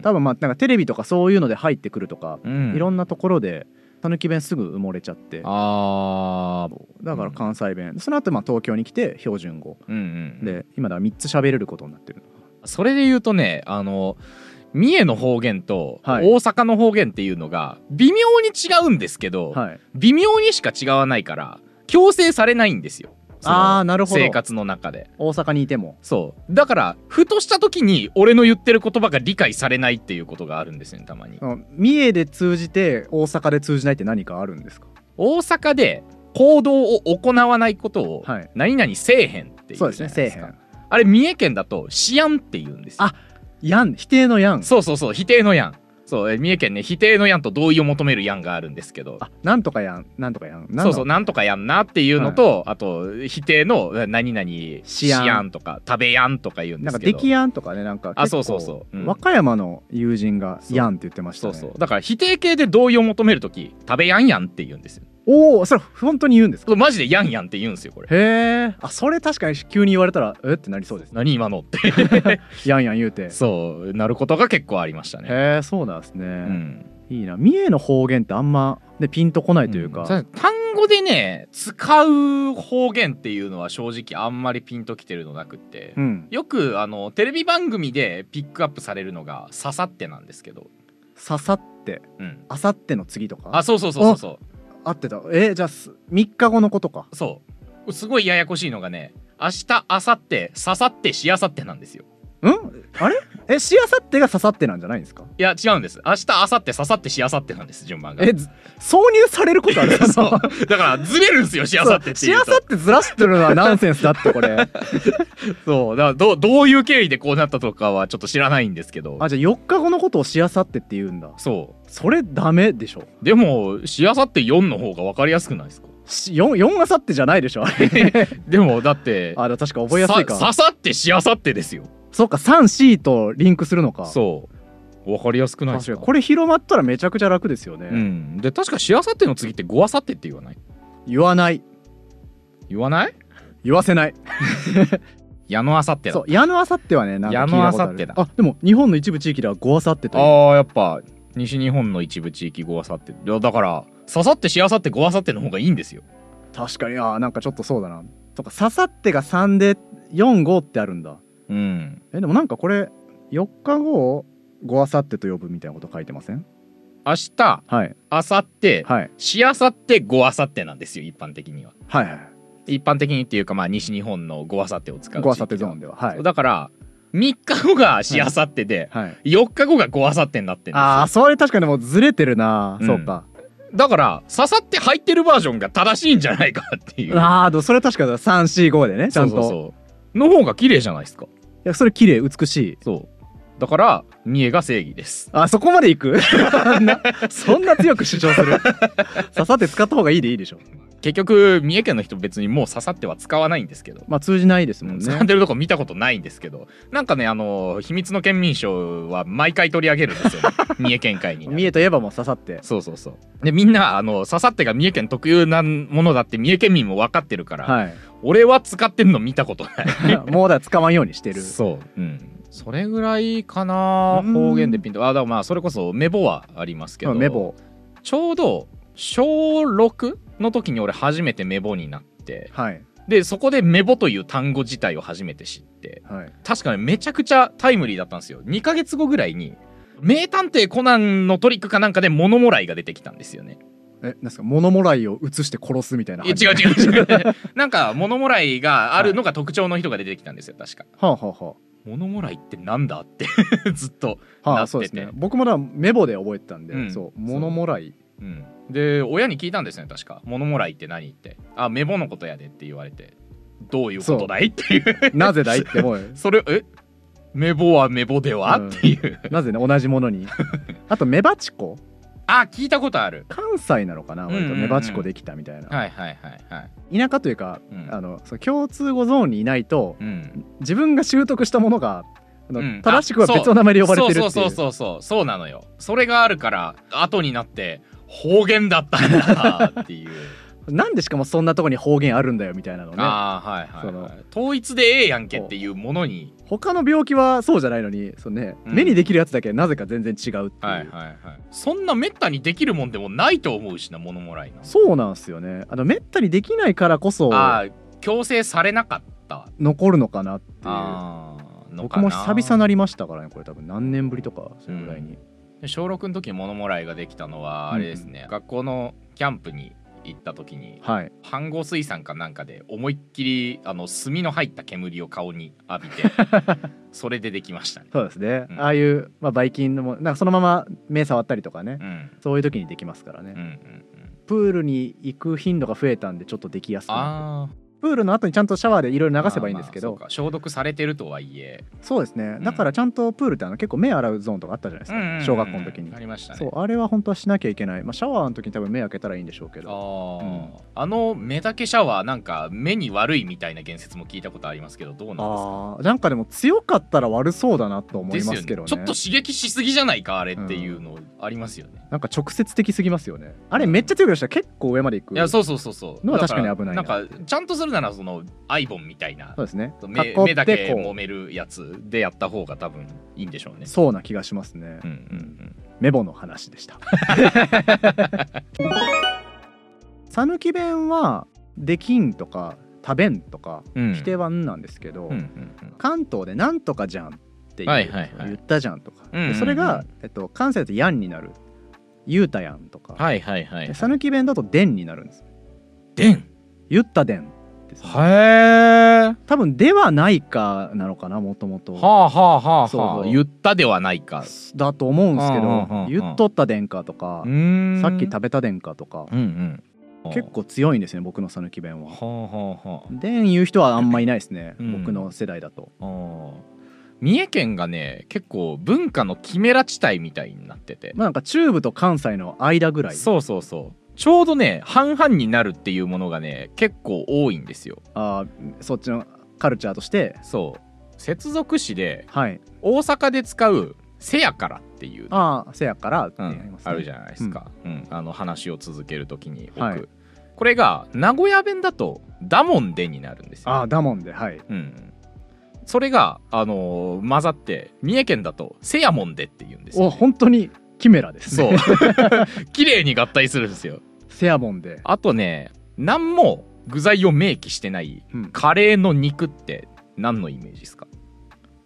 [SPEAKER 2] ん
[SPEAKER 1] 多分まあなんかテレビとかそういうので入ってくるとか、
[SPEAKER 2] うんうん
[SPEAKER 1] いろ
[SPEAKER 2] なん
[SPEAKER 1] なところでたぬき弁すぐ埋もれちゃって
[SPEAKER 2] ああ
[SPEAKER 1] だから関西弁、その後まあ東京に来て標準語
[SPEAKER 2] うんうん
[SPEAKER 1] で今では3つ喋れることになってる
[SPEAKER 2] それで言うとねあの三重の方言と大
[SPEAKER 1] はい
[SPEAKER 2] 阪の方言っていうのが微妙に違うんですけど、
[SPEAKER 1] はい
[SPEAKER 2] 微妙にしか違わないから強制されないんですよその
[SPEAKER 1] ああなるほど
[SPEAKER 2] 生活の中で
[SPEAKER 1] 大阪にいても
[SPEAKER 2] そうだからふとした時に俺の言ってる言葉が理解されないっていうことがあるんですよねたまに
[SPEAKER 1] うん三重で通じて大阪で通じないって何かあるんですか
[SPEAKER 2] 大阪で行動を行わないことを
[SPEAKER 1] はい
[SPEAKER 2] 何々せえへんっていう
[SPEAKER 1] そうですね
[SPEAKER 2] じゃ
[SPEAKER 1] せ
[SPEAKER 2] な
[SPEAKER 1] え
[SPEAKER 2] い
[SPEAKER 1] へ
[SPEAKER 2] か
[SPEAKER 1] ん
[SPEAKER 2] あれ三重県だとしやんって言うんですよ
[SPEAKER 1] あやん否定のやん
[SPEAKER 2] そうそうそう否定のやんそうえ三重県ね否定のやんと同意を求めるやんがあるんですけど
[SPEAKER 1] あなんとかやんなんとかやんなんだ
[SPEAKER 2] そうそうなんとかやんなっていうのと、あと否定のえ何々
[SPEAKER 1] しやん
[SPEAKER 2] とか食べやんとか言うんで
[SPEAKER 1] なん
[SPEAKER 2] す
[SPEAKER 1] か
[SPEAKER 2] け
[SPEAKER 1] で
[SPEAKER 2] ど
[SPEAKER 1] きやんとかねなんか
[SPEAKER 2] あ
[SPEAKER 1] 結
[SPEAKER 2] そ
[SPEAKER 1] 構
[SPEAKER 2] うそうそううん
[SPEAKER 1] 和歌山の友人が
[SPEAKER 2] そう
[SPEAKER 1] やんって言ってました
[SPEAKER 2] そ
[SPEAKER 1] ね
[SPEAKER 2] うそうだから否定形で同意を求めるとき食べやんやんって言うんですよ
[SPEAKER 1] おおそれ本当に言うんです
[SPEAKER 2] こ
[SPEAKER 1] か
[SPEAKER 2] れマジでやんやんって言うんですよこれ
[SPEAKER 1] へえあそれ確かに急に言われたらえってなりそうですね
[SPEAKER 2] 何今のって
[SPEAKER 1] やんやん言うて
[SPEAKER 2] そうなることが結構ありましたね
[SPEAKER 1] へえそうなんですね、
[SPEAKER 2] うん
[SPEAKER 1] いいな三重の方言ってあんまでピンとこないというか、
[SPEAKER 2] ん単語でね使う方言っていうのは正直あんまりピンときてるのなくって、
[SPEAKER 1] うん、
[SPEAKER 2] よくあのテレビ番組でピックアップされるのが「刺さって」なんですけど、
[SPEAKER 1] 刺さって
[SPEAKER 2] うん、
[SPEAKER 1] あさっての次とか
[SPEAKER 2] あそうそうそうそうそう
[SPEAKER 1] 合ってたえじゃあす3日後のことか
[SPEAKER 2] そうすごいややこしいのがね明日明後日刺さってしあさってなんですよ
[SPEAKER 1] うんあれえしあさってが刺さってなんじゃないんですか
[SPEAKER 2] いや違うんです明日明後日刺さってしあさってなんです順番が
[SPEAKER 1] えず挿入されることある
[SPEAKER 2] そうだからずれるんですよしあさってって
[SPEAKER 1] し
[SPEAKER 2] いう
[SPEAKER 1] あ
[SPEAKER 2] と
[SPEAKER 1] さってずらしてるのはナンセンスだってこれ
[SPEAKER 2] そうだからどうどういう経緯でこうなったとかはちょっと知らないんですけど
[SPEAKER 1] あじゃあ4日後のことをしあさってって言うんだ
[SPEAKER 2] そ
[SPEAKER 1] それダメでしょ
[SPEAKER 2] うでもしあさって4の方が分かりやすくないですか
[SPEAKER 1] し 4, 4あさってじゃないでしょあれ
[SPEAKER 2] でもだって
[SPEAKER 1] あだから確か覚えやすい
[SPEAKER 2] さ刺
[SPEAKER 1] か
[SPEAKER 2] さってしあさってですよ
[SPEAKER 1] そっか 3C とリンクするのか
[SPEAKER 2] そう分かりやすくないです
[SPEAKER 1] 確か
[SPEAKER 2] か
[SPEAKER 1] にこれ広まったらめちゃくちゃ楽ですよね、
[SPEAKER 2] うん、で確かしあさっての次ってごあさってって言わない
[SPEAKER 1] 言わない
[SPEAKER 2] 言わない
[SPEAKER 1] 言わせない
[SPEAKER 2] 矢のあさってだ
[SPEAKER 1] そう矢のあさってはねなんか聞いたことある
[SPEAKER 2] 矢のあさってだ
[SPEAKER 1] あでも日本の一部地域では五あさってと
[SPEAKER 2] あ
[SPEAKER 1] いう
[SPEAKER 2] ーやっぱ西日本の一部地域ごあさっていやだから刺さってしあさってごあさっての方がいいんですよ
[SPEAKER 1] 確かにあーなんかちょっとそうだなとか刺さってが3で45ってあるんだ
[SPEAKER 2] うん
[SPEAKER 1] えでもなんかこれ4日後を5あさってと呼ぶみたいなこと書いてません
[SPEAKER 2] 明日
[SPEAKER 1] はい
[SPEAKER 2] あさって
[SPEAKER 1] はい
[SPEAKER 2] しあさってごあさってなんですよ一般的には
[SPEAKER 1] はいはい
[SPEAKER 2] 一般的にっていうかまあ西日本のごあさってを使う
[SPEAKER 1] 5あさって
[SPEAKER 2] 地域
[SPEAKER 1] ゾ
[SPEAKER 2] は
[SPEAKER 1] ーンでははい
[SPEAKER 2] そうだから3日後がしあさってで、
[SPEAKER 1] はい
[SPEAKER 2] 4日後がごあさってになってるんですよ
[SPEAKER 1] あーそれ確かにもうずれてるな、
[SPEAKER 2] うん
[SPEAKER 1] そうか
[SPEAKER 2] だから刺さって入ってるバージョンが正しいんじゃないかっていう
[SPEAKER 1] ああでもそれ確かだ345でねちゃんと
[SPEAKER 2] そうそうそうの方が綺麗じゃないですか
[SPEAKER 1] いやそれ綺麗美しい
[SPEAKER 2] そうだから三重が正義です
[SPEAKER 1] あそこまでい くそんなそんな強く主張する 刺さって使った方がいいでいいでしょ
[SPEAKER 2] 結局三重県の人別にもう刺さっては使わないんですけど、
[SPEAKER 1] まあ通じないですもん
[SPEAKER 2] 刺さっ
[SPEAKER 1] ね
[SPEAKER 2] てるとこ見たことないんですけどなんかねあの秘密の県民賞は毎回取り上げるん ですよ、ね、三重県会に
[SPEAKER 1] 三重といえばもう刺さって
[SPEAKER 2] そうそうそうでみんなあの刺さってが三重県特有なものだって三重県民も分かってるから、
[SPEAKER 1] はい
[SPEAKER 2] 俺は使ってんの見たことない
[SPEAKER 1] もうだから使わんようにしてる。
[SPEAKER 2] そう、うん、それぐらいかな
[SPEAKER 1] うん
[SPEAKER 2] 方言でピンとあだからまあそれこそメボはありますけど
[SPEAKER 1] メボ。
[SPEAKER 2] ちょうど小6の時に俺初めてメボになって
[SPEAKER 1] はい。
[SPEAKER 2] でそこでメボという単語自体を初めて知って
[SPEAKER 1] はい。
[SPEAKER 2] 確かにめちゃくちゃタイムリーだったんですよ2ヶ月後ぐらいに名探偵コナンのトリックかなんかでモノモライが出てきたんですよね。
[SPEAKER 1] え、なんですか、物もらいを移して殺すみたいな。
[SPEAKER 2] いや違う違う違う。 なんかモノモライがあるのが特徴の人が出てきたんですよ、確か。
[SPEAKER 1] はあ、はあは
[SPEAKER 2] モノモライってなんだって ずっと
[SPEAKER 1] あ、は
[SPEAKER 2] な
[SPEAKER 1] あ、
[SPEAKER 2] ってて
[SPEAKER 1] そうですね。僕もだからメボで覚えてたんで、
[SPEAKER 2] うん
[SPEAKER 1] そう、物もらい。
[SPEAKER 2] うん、で親に聞いたんですね確か「モノモライって何?」って「あメボのことやで」って言われて「どういうことだい?」っていう
[SPEAKER 1] なぜだいって思うよ。
[SPEAKER 2] それ「えメボはメボでは?」
[SPEAKER 1] うん
[SPEAKER 2] っていう
[SPEAKER 1] なぜね、同じものに。あと、メバチコ
[SPEAKER 2] あ聞いたことある
[SPEAKER 1] 関西なのかな割
[SPEAKER 2] うんうん
[SPEAKER 1] と
[SPEAKER 2] うん
[SPEAKER 1] メバチコできたみたいな。
[SPEAKER 2] はいはいはいはい
[SPEAKER 1] 田舎というか、
[SPEAKER 2] うん
[SPEAKER 1] あの、その共通語ゾーンにいないと、
[SPEAKER 2] うん
[SPEAKER 1] 自分が習得したものが、あの
[SPEAKER 2] うん
[SPEAKER 1] 正しくは
[SPEAKER 2] あそう
[SPEAKER 1] 別の名前で呼ばれ
[SPEAKER 2] そ
[SPEAKER 1] て
[SPEAKER 2] う
[SPEAKER 1] るってい
[SPEAKER 2] そううそうそうそうそうなのよそれがあるから後になって方言だったんだっ ていう、
[SPEAKER 1] なんでしかもそんなとこに方言あるんだよみたいなのね
[SPEAKER 2] ああはいはい、
[SPEAKER 1] そ
[SPEAKER 2] は
[SPEAKER 1] の
[SPEAKER 2] い、統一でええやんけっていうものに
[SPEAKER 1] 他の病気はそうじゃないのにその、ね
[SPEAKER 2] うん
[SPEAKER 1] 目にできるやつだけなぜか全然違うっていう、
[SPEAKER 2] はいはいはいそんなめったにできるもんでもないと思うしなモノモライな
[SPEAKER 1] そうなんですよねあのめったにできないからこそ
[SPEAKER 2] ああ強制されなかったって
[SPEAKER 1] 残るのかなっていう
[SPEAKER 2] いうの
[SPEAKER 1] 僕
[SPEAKER 2] か
[SPEAKER 1] も
[SPEAKER 2] な
[SPEAKER 1] 久々なりましたからねこれ多分何年ぶりとかそれぐらいに、
[SPEAKER 2] 小6の時にモノモライができたのは
[SPEAKER 1] うん
[SPEAKER 2] あれですね、学校のキャンプに行った時に
[SPEAKER 1] はい
[SPEAKER 2] 飯合水産かなんかで思いっきりあの炭の入った煙を顔に浴び てそれでできましたね。
[SPEAKER 1] そうですね、
[SPEAKER 2] うん
[SPEAKER 1] ああいう、まあ、バイキンのもなんかそのまま目触ったりとかね、
[SPEAKER 2] うん
[SPEAKER 1] そういう時にできますからね、
[SPEAKER 2] うんうんうん、
[SPEAKER 1] プールに行く頻度が増えたんでちょっとできやすくなっ
[SPEAKER 2] あ
[SPEAKER 1] てプールの後にちゃんとシャワーでいろいろ
[SPEAKER 2] あ
[SPEAKER 1] 流せばいいんですけど、
[SPEAKER 2] そうか消毒されてるとはいえ、
[SPEAKER 1] そうですね
[SPEAKER 2] ん
[SPEAKER 1] だからちゃんとプールってあの結構目洗うゾーンとかあったじゃないですか、
[SPEAKER 2] うんうんうん
[SPEAKER 1] 小学校の時に、
[SPEAKER 2] ありましたね
[SPEAKER 1] そうあれは本当はしなきゃいけない、まあ、シャワーの時に多分目開けたらいいんでしょうけど
[SPEAKER 2] あ,、
[SPEAKER 1] うん
[SPEAKER 2] あの目だけシャワーなんか目に悪いみたいな言説も聞いたことありますけどどうなんですか
[SPEAKER 1] あーなんかでも強かったら悪そうだなと思いますけどね
[SPEAKER 2] ですよねちょっと刺激しすぎじゃないかあれっていうのありますよね、
[SPEAKER 1] なんか直接的すぎますよねあれめっちゃ強くしたら結構上まで行く
[SPEAKER 2] いやそうそうそうそう
[SPEAKER 1] のは
[SPEAKER 2] だら
[SPEAKER 1] 確かに危ないな
[SPEAKER 2] な
[SPEAKER 1] ん
[SPEAKER 2] かちゃんとするならそのアイボンみたいな
[SPEAKER 1] そうですね
[SPEAKER 2] 目
[SPEAKER 1] 囲
[SPEAKER 2] 目だけ
[SPEAKER 1] こ
[SPEAKER 2] 揉めるやつでやった方が多分いいんでしょうね
[SPEAKER 1] うそうな気がしますね、
[SPEAKER 2] うんうん
[SPEAKER 1] メボの話で した。讃岐弁は「できん」とか「食べん」とか
[SPEAKER 2] うん
[SPEAKER 1] 否定は「ん」なんですけど、
[SPEAKER 2] うんうんうん
[SPEAKER 1] 関東で「なんとかじゃん」っていう、
[SPEAKER 2] はいはいはい
[SPEAKER 1] 言ったじゃんとか、
[SPEAKER 2] うんうんうん
[SPEAKER 1] でそれが、えっと、関西だと「やん」になる「言うたやん」とか
[SPEAKER 2] はいはいはい
[SPEAKER 1] で讃岐、弁だと「でん」になるんです
[SPEAKER 2] でん
[SPEAKER 1] 「言ったでん」ですね、
[SPEAKER 2] へえ
[SPEAKER 1] 多分「ではないか」なのかなもとも
[SPEAKER 2] は
[SPEAKER 1] と
[SPEAKER 2] あはあはあ
[SPEAKER 1] そう
[SPEAKER 2] はあ
[SPEAKER 1] そう
[SPEAKER 2] 言ったではないか
[SPEAKER 1] だと思うんですけ
[SPEAKER 2] うんうん
[SPEAKER 1] ど
[SPEAKER 2] うんう
[SPEAKER 1] 「
[SPEAKER 2] ん
[SPEAKER 1] 言っとったでんか」とか
[SPEAKER 2] う、ーん
[SPEAKER 1] さっき食べたでんか」とか、
[SPEAKER 2] うんうん
[SPEAKER 1] 結構強いんですね僕の讃岐弁は。
[SPEAKER 2] はあはあは
[SPEAKER 1] でん言う人はあんまいないですね、
[SPEAKER 2] うん
[SPEAKER 1] 僕の世代だと。
[SPEAKER 2] あああ三重県がね結構文化のキメラ地帯みたいになってて
[SPEAKER 1] まあなんか中部と関西の間ぐらい。
[SPEAKER 2] そうそうそうちょうどね半々になるっていうものがね結構多いんですよ
[SPEAKER 1] あーそっちのカルチャーとして。
[SPEAKER 2] そう接続詞で
[SPEAKER 1] はい。
[SPEAKER 2] 大阪で使う「せやから」っていう、
[SPEAKER 1] ああ、せやからって
[SPEAKER 2] うん
[SPEAKER 1] やります、ね
[SPEAKER 2] あるじゃないですか、うんあの話を続けるときに置く、
[SPEAKER 1] はい
[SPEAKER 2] これが名古屋弁だと「だもんで」になるんですよ
[SPEAKER 1] ああ、だもんで、はい。
[SPEAKER 2] うん、それが、あのー混ざって三重県だと「せやもんで」って言うんですよ、
[SPEAKER 1] お、本当にキメラです
[SPEAKER 2] そ
[SPEAKER 1] ね。
[SPEAKER 2] う 綺麗に合体するんですよ
[SPEAKER 1] せやもんで。
[SPEAKER 2] あとね何も具材を明記してない
[SPEAKER 1] うん
[SPEAKER 2] カレーの肉って何のイメージですか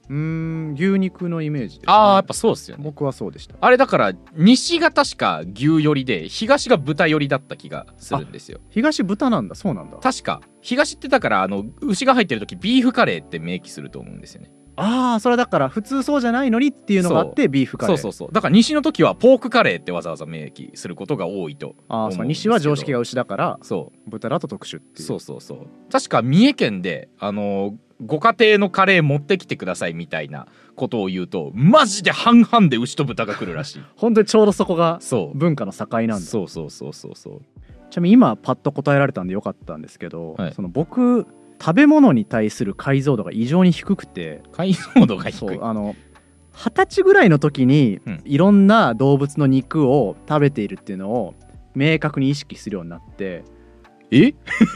[SPEAKER 1] うーん、牛肉のイメージです、
[SPEAKER 2] ああやっぱそうっすよね
[SPEAKER 1] 僕はそうでした。
[SPEAKER 2] あれだから西が確か牛寄りで東が豚寄りだった気がするんですよ
[SPEAKER 1] 東豚なんだ、そうなんだ。
[SPEAKER 2] 確か東ってだからあの牛が入ってる時ビーフカレーって明記すると思うんですよね
[SPEAKER 1] ああ、それだから普通そうじゃないのにっていうのがあって、ビーフカレ
[SPEAKER 2] そ
[SPEAKER 1] ー。
[SPEAKER 2] うそうそうだから西の時はポークカレーってわざわざ明記することが多いと
[SPEAKER 1] ああ、
[SPEAKER 2] 思
[SPEAKER 1] そううん
[SPEAKER 2] です
[SPEAKER 1] 西
[SPEAKER 2] けど
[SPEAKER 1] は常識が牛だから、
[SPEAKER 2] そう
[SPEAKER 1] 豚だと特殊っていう。
[SPEAKER 2] そうそうそう確か三重県であのーご家庭のカレー持ってきてくださいみたいなことを言うとマジで半々で牛と豚が来る らしい
[SPEAKER 1] 本当にちょうどそこが
[SPEAKER 2] そう
[SPEAKER 1] 文化の境なんだ。
[SPEAKER 2] そうそうそうそうそう
[SPEAKER 1] ちなみに今パッと答えられたんでよかったんですけど、
[SPEAKER 2] はい
[SPEAKER 1] その僕食べ物に対する解像度が異常に低くて
[SPEAKER 2] 解像度が低
[SPEAKER 1] そ
[SPEAKER 2] いう
[SPEAKER 1] あの二十歳ぐらいの時に
[SPEAKER 2] うん
[SPEAKER 1] いろんな動物の肉を食べているっていうのを明確に意識するようにな って
[SPEAKER 2] え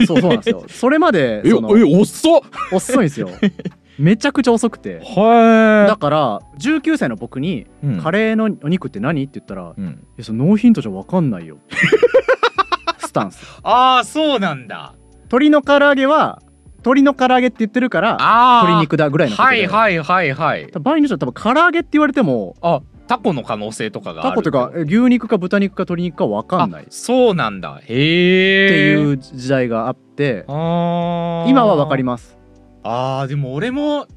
[SPEAKER 1] そうそうなんですよそれまでその
[SPEAKER 2] おっそ
[SPEAKER 1] 遅いん ですよめちゃくちゃ遅くてだ
[SPEAKER 2] は
[SPEAKER 1] から19歳の僕に
[SPEAKER 2] い、うん
[SPEAKER 1] 「カレーのお肉って何?」って言ったら「い
[SPEAKER 2] うん
[SPEAKER 1] やそのノーヒントじゃ分かんない よ」スタンス
[SPEAKER 2] ああそうなんだ
[SPEAKER 1] 鶏の唐揚げは鶏の唐揚げって言ってるから
[SPEAKER 2] ああ
[SPEAKER 1] 鶏肉だぐらいのこと
[SPEAKER 2] は
[SPEAKER 1] で
[SPEAKER 2] いはいはいはい
[SPEAKER 1] 多分場合によっては多分唐揚げって言われても
[SPEAKER 2] あタコの可能性とかがあ
[SPEAKER 1] タ
[SPEAKER 2] る
[SPEAKER 1] コというかえ牛肉か豚肉か鶏肉か分かんないっ
[SPEAKER 2] あそうなんだ
[SPEAKER 1] て
[SPEAKER 2] へえ
[SPEAKER 1] いうう時代があって
[SPEAKER 2] あ
[SPEAKER 1] 今は分かり
[SPEAKER 2] ます
[SPEAKER 1] ます
[SPEAKER 2] あーでも俺も